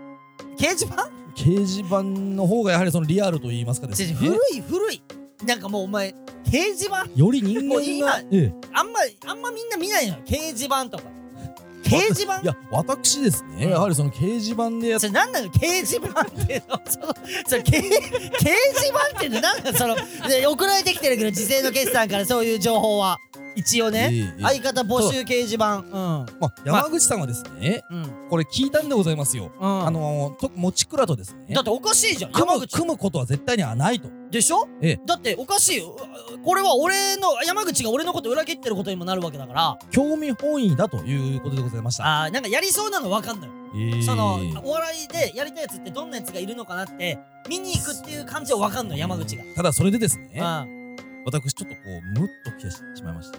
S1: 掲示板
S2: 掲示板の方がやはりそのリアルと言いますかです
S1: 違う
S2: ね
S1: 古い古いなんかもうお前掲示板
S2: より人
S1: もう
S2: 間
S1: 今
S2: がええ
S1: あんまあんまみんな見ないのよ掲示板とか掲示板
S2: いや私ですね、やはりその掲示板でやっ
S1: それ何なの掲示板っていうの [laughs] そのそれ掲掲示板っていうの何なのそので送られてきてるけど時勢の決算からそういう情報は一応ね、
S2: ええええ
S1: 相方募集掲示板うん
S2: まあ、山口さんはですね、
S1: うん
S2: これ聞いたんでございますよ、
S1: うん
S2: あのと持ち倉とですね
S1: だっておかしいじゃん
S2: 組
S1: 山
S2: む
S1: 口
S2: 組むことは絶対にはないと
S1: でしょ、
S2: ええ
S1: だっておかしいようこれは俺の山口が俺のこと裏切ってることにもなるわけだから
S2: 興味本位だということでございました、
S1: あーなんかやりそうなの分かんない
S2: えー
S1: そのお笑いでやりたいやつってどんなやつがいるのかなって見に行くっていう感じは分かんの山口が。
S2: ただそれでですね
S1: うん
S2: 私ちょっとこうムッときてしまいました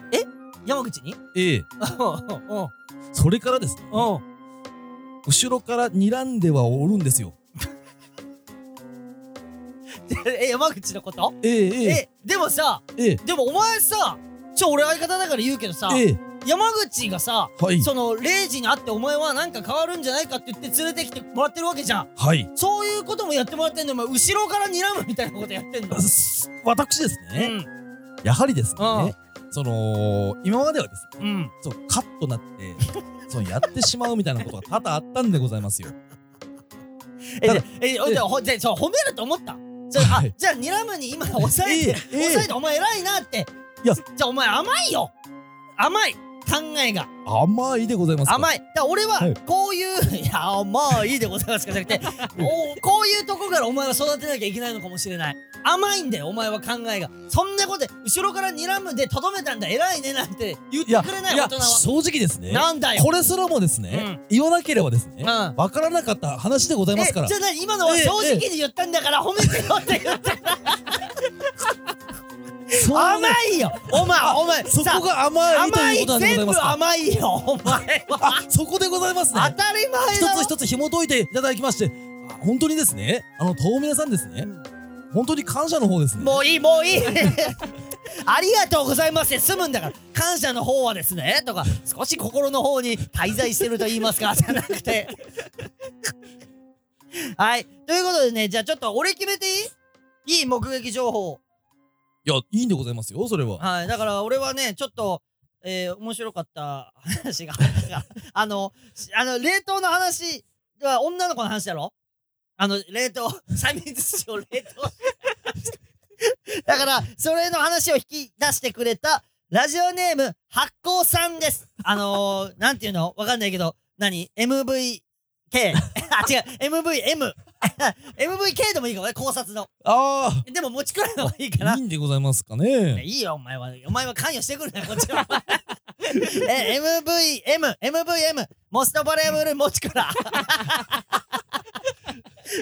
S1: 山口
S2: [laughs]
S1: に
S2: ええ
S1: うん
S2: それからですね
S1: うん
S2: 後ろから睨んではおるんですよ
S1: え山口のこと
S2: ええええ
S1: えでもさ
S2: ええ
S1: でもお前さちょ俺相方だから言うけどさ
S2: ええ
S1: 山口がさ
S2: はい
S1: その0時に会ってお前はなんか変わるんじゃないかって言って連れてきてもらってるわけじゃん
S2: はい
S1: そういうこともやってもらってんのにお前後ろから睨むみたいなことやって
S2: [laughs]
S1: んの
S2: す私です
S1: う
S2: ね、
S1: ん
S2: やはりですね、その今まではです
S1: う
S2: ね
S1: ん
S2: そうカッとなって [laughs] そのやってしまうみたいなことが多々あったんでございますよ
S1: え、
S2: た
S1: じゃ
S2: だ
S1: え、じゃほじゃそう、褒めると思ったそれあ
S2: はい、
S1: じゃあ、ニラムに今、 [laughs] 抑えて、
S2: ええええ
S1: 抑えて、お前偉いなって。
S2: いや
S1: じゃあ、お前甘いよ甘い考えが
S2: 甘いでございますか
S1: 甘いだから俺
S2: は
S1: はいこういう、い、や甘いでございますかじゃなくておこういうとこからお前は育てなきゃいけないのかもしれない甘いんだよお前は考えがそんなことで後ろから睨むでとどめたんだ偉いねなんて言って
S2: や
S1: くれない
S2: や
S1: 大人は
S2: 正直ですね
S1: なんだよ
S2: これすらもですね、言わなければです
S1: う
S2: ね、
S1: ん
S2: わからなかった話でございますから
S1: えじゃあ何今のは
S2: ええ
S1: 正直に言ったんだから褒めてよって言って
S2: そう
S1: 甘いよお前お前
S2: そ
S1: さ
S2: こが甘いと
S1: 甘
S2: い
S1: い
S2: うことなんで
S1: 全
S2: ございま
S1: 部
S2: すか
S1: 甘いよお前は
S2: あそこでございます
S1: 当
S2: ね
S1: たり前だ
S2: 一つ一つ紐解いていただきましてあ本当にですねあの遠峰さんですね、
S1: うん
S2: 本当に感謝の方ですね
S1: もういいもういい [laughs] ありがとうございますで済むんだから感謝の方はですねとか少し心の方に滞在してると言います [laughs] かじゃなくてはいということでねじゃあちょっと俺決めていいいい目撃情報
S2: いやいいんでございますよそれは
S1: はいだから俺はねちょっとえー、面白かった話が [laughs] あのしあの冷凍の話は女の子の話だろあの冷凍 [laughs] 催眠術師を冷凍 [laughs] だから、それの話を引き出してくれた、ラジオネーム、発光さんです。あのー、なんていうのわかんないけど、何 ?MVK。あ、 [laughs] 違う。MVM。MVK でもいいかもね、考察の。
S2: あ
S1: でも持ち帰るのがいいか
S2: あ
S1: な。
S2: いい
S1: い
S2: んでございますか [laughs] ね
S1: いよ、お前は。お前は関与してくるなよ、こっちは。 [laughs] え、MVM、MVM、モストバレーブル持ちから。 [laughs]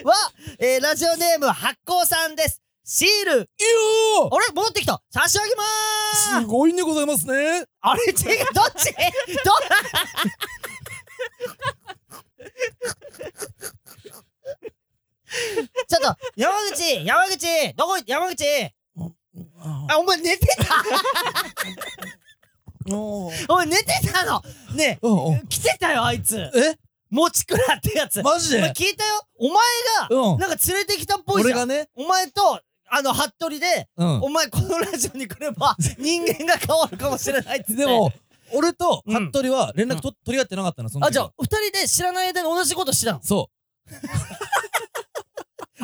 S1: は、えーラジオネーム、発光さんです。シール、
S2: いいよ
S1: あれ戻ってきた差し上げま
S2: ーす
S1: ーす
S2: ごいんでございますね
S1: あれ違うどっち [laughs] ど [laughs] ちょっと山口山口どこ行っ山口あお前寝てた
S2: お
S1: お前寝てたのね
S2: うん
S1: え [laughs] 来てたよあいつ
S2: え
S1: もちくらってやつ
S2: マジ
S1: お前
S2: で
S1: 聞いたよお前
S2: う
S1: が
S2: ん
S1: なんか連れてきたっぽいじ
S2: 俺
S1: ゃ
S2: が
S1: ん
S2: ね
S1: お前とあの服部で
S2: うん
S1: お前このラジオに来れば人間が変わるかもしれ
S2: [laughs]
S1: ないっつって
S2: でも俺と
S1: うん
S2: 服部は連絡と取り合ってなかったのその時
S1: あじゃあ二人で知らない間に同じことしてたの
S2: そ
S1: [laughs]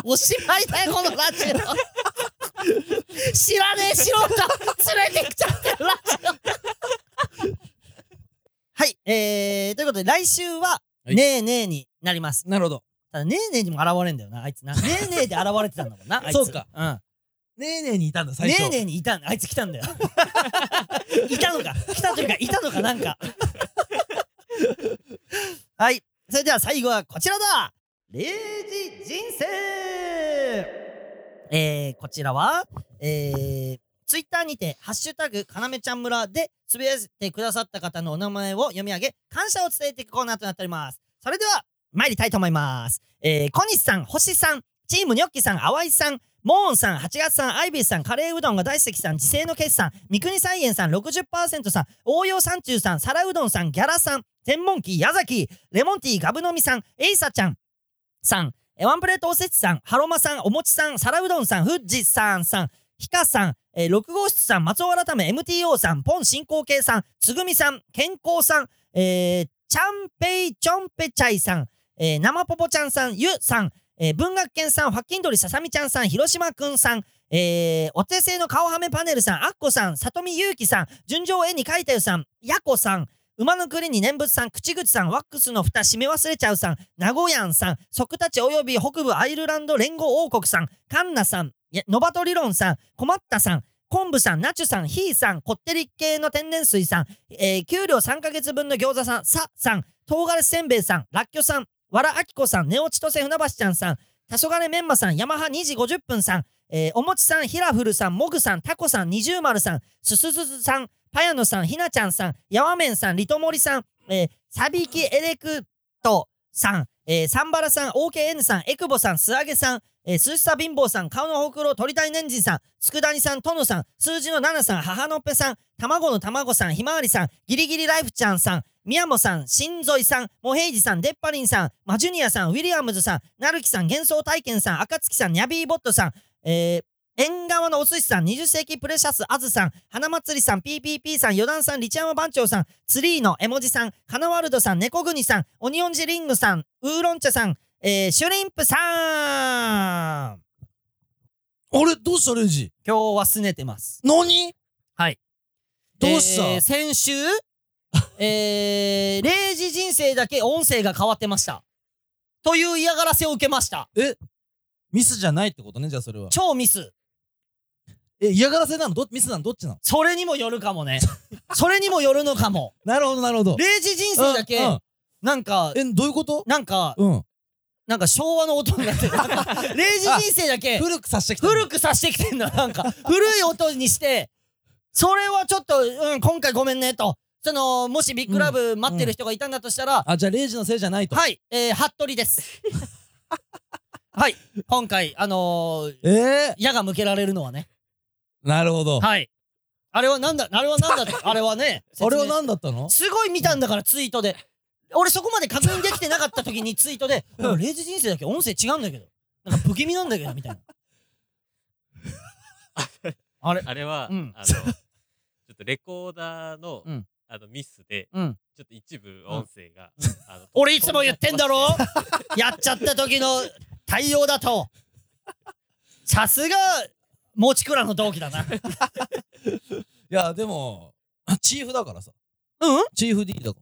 S1: おしまいだよこのラジオ [laughs] 知らねえ素人連れてきちゃってるラジオ [laughs] はいえー、ということで来週は「
S2: はい
S1: ねえねえ」になります
S2: うなるほど
S1: ただ「ねえねえ」にも現れんだよなあいつな「ねえねえ」で現れてたんだもんなあいつ
S2: [laughs] そうか
S1: うん
S2: ねえねえにいたんだ最
S1: ね
S2: 初
S1: えねえにいたんあいつ来たんだよ [laughs] いたのか来たというかいたのかなん
S2: [laughs]
S1: かはいそれでは最後はこちらだ0時人生えー、こちらはえー、ツイッターにて「ハッシュタグかなめちゃん村」でつぶやいてくださった方のお名前を読み上げ感謝を伝えていくコーナーとなっておりますそれでは参りたいと思いますえー、小西さん星さんチームニョッキさん淡井さんモーンさん、8月さん、アイビーさん、カレーうどんが大好きさん、自生の決さん、三国菜園さん、60%さん、応用三中さん、皿うどんさん、ギャラさん、天文機、矢崎、レモンティー、ガブ飲みさん、エイサちゃん、さん、えワンプレートおせちさん、ハロマさん、おもちさん、皿うどんさん、フッジさんさん、ヒカさん、えー、6号室さん、松尾改め、MTO さん、ポン進行形さん、つぐみさん、健康さん、えー、チャンペイチョンペチャイさん、えー、生ぽぽちゃんさん、ゆさん、えー文学研さん、ファッキンドリささみちゃんさん、広島くんさん、えーお手製の顔はめパネルさん、あっこさん、里見ゆうきさん、純情絵に描いたよさん、やこさん、馬の栗に念仏さん、口口さん、ワックスの蓋閉め忘れちゃうさん、名古屋んさん、即立ちおよび北部アイルランド連合王国さん、カンナさん、いやノバト理論さん、困ったさん、昆布さん、ナチュさん、ヒーさん、こってり系の天然水さん、えー給料3ヶ月分の餃子さん、ささん、唐辛子せんべいさん、らっきょさん、わらあきこさん、ねおちとせ船橋ちゃんさん、たそがれメンマさん、ヤマハ2時50分さん、えーおもちさん、ひらふるさん、もぐさん、たこさん、二重丸さん、すすずずさん、ぱやのさん、ひなちゃんさん、やわめんさん、りともりさん、えー、さびきエレクトさん、えー、サンバラさん、OKN さん、えくぼさん、すあげさん、えー、すしさ貧乏さん、顔のほくろ、鳥谷年人さん、つくだにさん、とのさん、数字の7さん、母のっぺさん、卵の卵さん、ひまわりさん、ギリギリライフちゃんさん、宮もさん、しんぞいさん、もへいじさん、でっぱりんさん、マジュニアさん、ウィリアムズさん、なるきさん、幻想体験さん、あかつきさん、ニャビーボットさん、えー、縁側のお寿司さん、20世紀プレシャスあずさん、花祭りさん、PPP さん、余談さん、リチャマ番長さん、ツリーの絵文字さん、カナワルドさん、猫国さん、オニオンジリングさん、ウーロン茶さん、えー、シュリンプさん
S2: あれどうしたレイジ
S1: 今日は拗ねてます。
S2: 何
S1: はい
S2: どうした、
S1: えー先
S2: [laughs]
S1: 週、えー、0時人生だけ音声が変わってました。という嫌がらせを受けました。
S2: ミスじゃないってことねじゃあそれは
S1: 超ミス。
S2: え嫌がらせなのどミスなのどっちなの
S1: それにもよるかも
S2: [laughs]
S1: ね。それにもよるのかも。
S2: なるほどなるほど
S1: 0時人生だけ、
S2: うんうん
S1: なんか、
S2: えどういうこと
S1: なんか、
S2: うん
S1: なんか昭和の音にな
S2: [laughs]
S1: ってる。なんか0時人生だけ、
S2: 古くさしてきた
S1: 古くさしてきてんの。 [laughs] なんか、古い音にして、それはちょっと、うん、今回ごめんね、と。その、もしビッグラブ待ってる人がいたんだとしたら、
S2: [laughs] あじゃあレイジのせいじゃないと
S1: はい、えー、服部です。はい。今回、あのー、
S2: ええ
S1: 矢が向けられるのはね。
S2: なるほど。
S1: はい。あれはなんだ、あれはなんだ
S2: [laughs]
S1: って、あれはね。
S2: あれは
S1: 説明
S2: 何だったの
S1: すごい見たんだから、ツイートで。俺そこまで確認できてなかった時にツイートで、
S2: うん
S1: 俺レイジ人生だけ音声違うんだけど。なんか不気味なんだけど、み
S2: [laughs]
S1: たいな。あれ
S4: あれは、
S1: [laughs] うん
S4: あのちょっとレコーダーの,、
S1: うん
S4: あのミスで、
S1: うん
S4: ちょっと一部音声が、あの
S1: 俺いつも言ってんだろやっちゃった時の対応だと。さすが、持ち倉の同期だな。
S2: いや、でも、チーフだからさ。
S1: うん
S2: チーフ D だか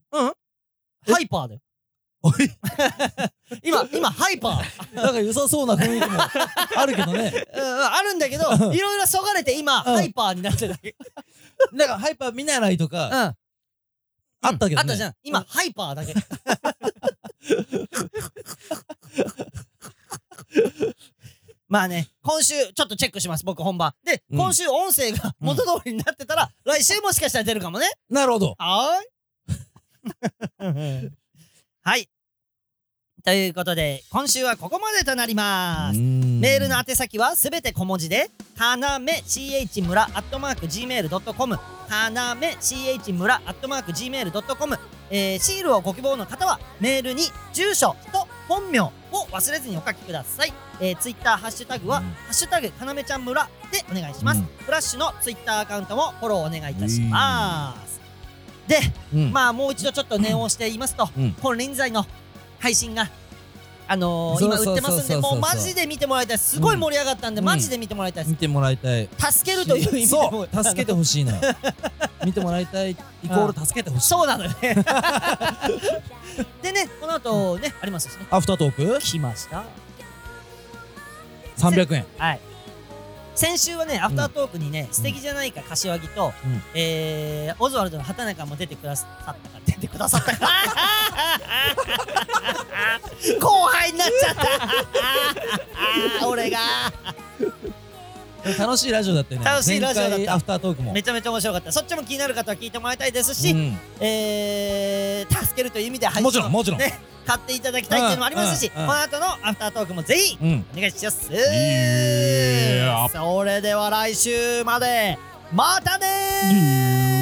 S1: ハイパーで。
S2: ら。おい、
S1: 今、今、ハイパー。
S2: なんか良さそうな雰囲 [laughs] 気もあるけどね。
S1: うんうん、あるんだけど、いろいろそがれて今、
S2: うん
S1: ハイパーになってるだけ。
S2: なんかハイパー見習いとか、
S1: あ
S2: あったけどね。
S1: あったじゃん。今、ハイパーだけ。まあね、今週、ちょっとチェックします、僕、本番。で、
S2: うん
S1: 今週、音声が元通りになってたら、来週もしかしたら出るかもね。
S2: なるほど。
S1: はーい。はい。ということで、今週はここまでとなります。メ
S2: メ
S1: ールの宛先はすべて小文字で、かなめ ch 村アットマーク gmail.com、かなめ ch 村アットマーク gmail.com、えー、シールをご希望の方は、メールに住所と本名を忘れずにお書きください。えー、ツイッターハッシュタグは、
S2: うん
S1: ハッシュタグかなめちゃん村でお願いします。
S2: うん
S1: フラッシュのツイッターアカウントもフォローお願いいたします。で、
S2: うん。
S1: まあもう一度ちょっと念を押して言いますと、
S2: うん
S1: 本連載の配信が、あのー、
S2: そう
S1: 今
S2: そう
S1: 売ってますんで、
S2: そうそうそう
S1: も
S2: そう
S1: うマジで見てもらいたいです。すごい盛り上がったんで、
S2: うん
S1: マジで見てもらいたいです
S2: 見。てもらいたい。
S1: 助けるという意味で
S2: そ
S1: も
S2: う、 [laughs] 助けてほしいな。見てもらいたい、イコール助けてほしい。
S1: そうなのよ [laughs] ね。でね、この後ね、ありますしね。
S2: アフタートーク
S1: 来ました。
S2: 300円。
S1: はい。先週はね、アフタートークにね、素敵じゃないか柏木と、
S2: うん
S1: えー、オズワルドの畑中も出てくださったから、出てくださった [laughs] から。後輩になっちゃった。 [laughs] 俺が。
S2: 楽しいラジオだったよね。
S1: 楽しいラジオだった
S2: 前回アフタートークも。
S1: めちゃめちゃ面白かった。そっちも気になる方は聞いてもらいたいですし、
S2: うん
S1: えー、助けるという意味で配信を
S2: もちろん、もちろん。
S1: ね、買っていただきたいっていうのもありますし、
S2: うん
S1: こ
S2: うんうん
S1: の後のアフタートークもぜひ、
S2: うん。
S1: お願いします
S2: いや
S1: それでは来週までまたねー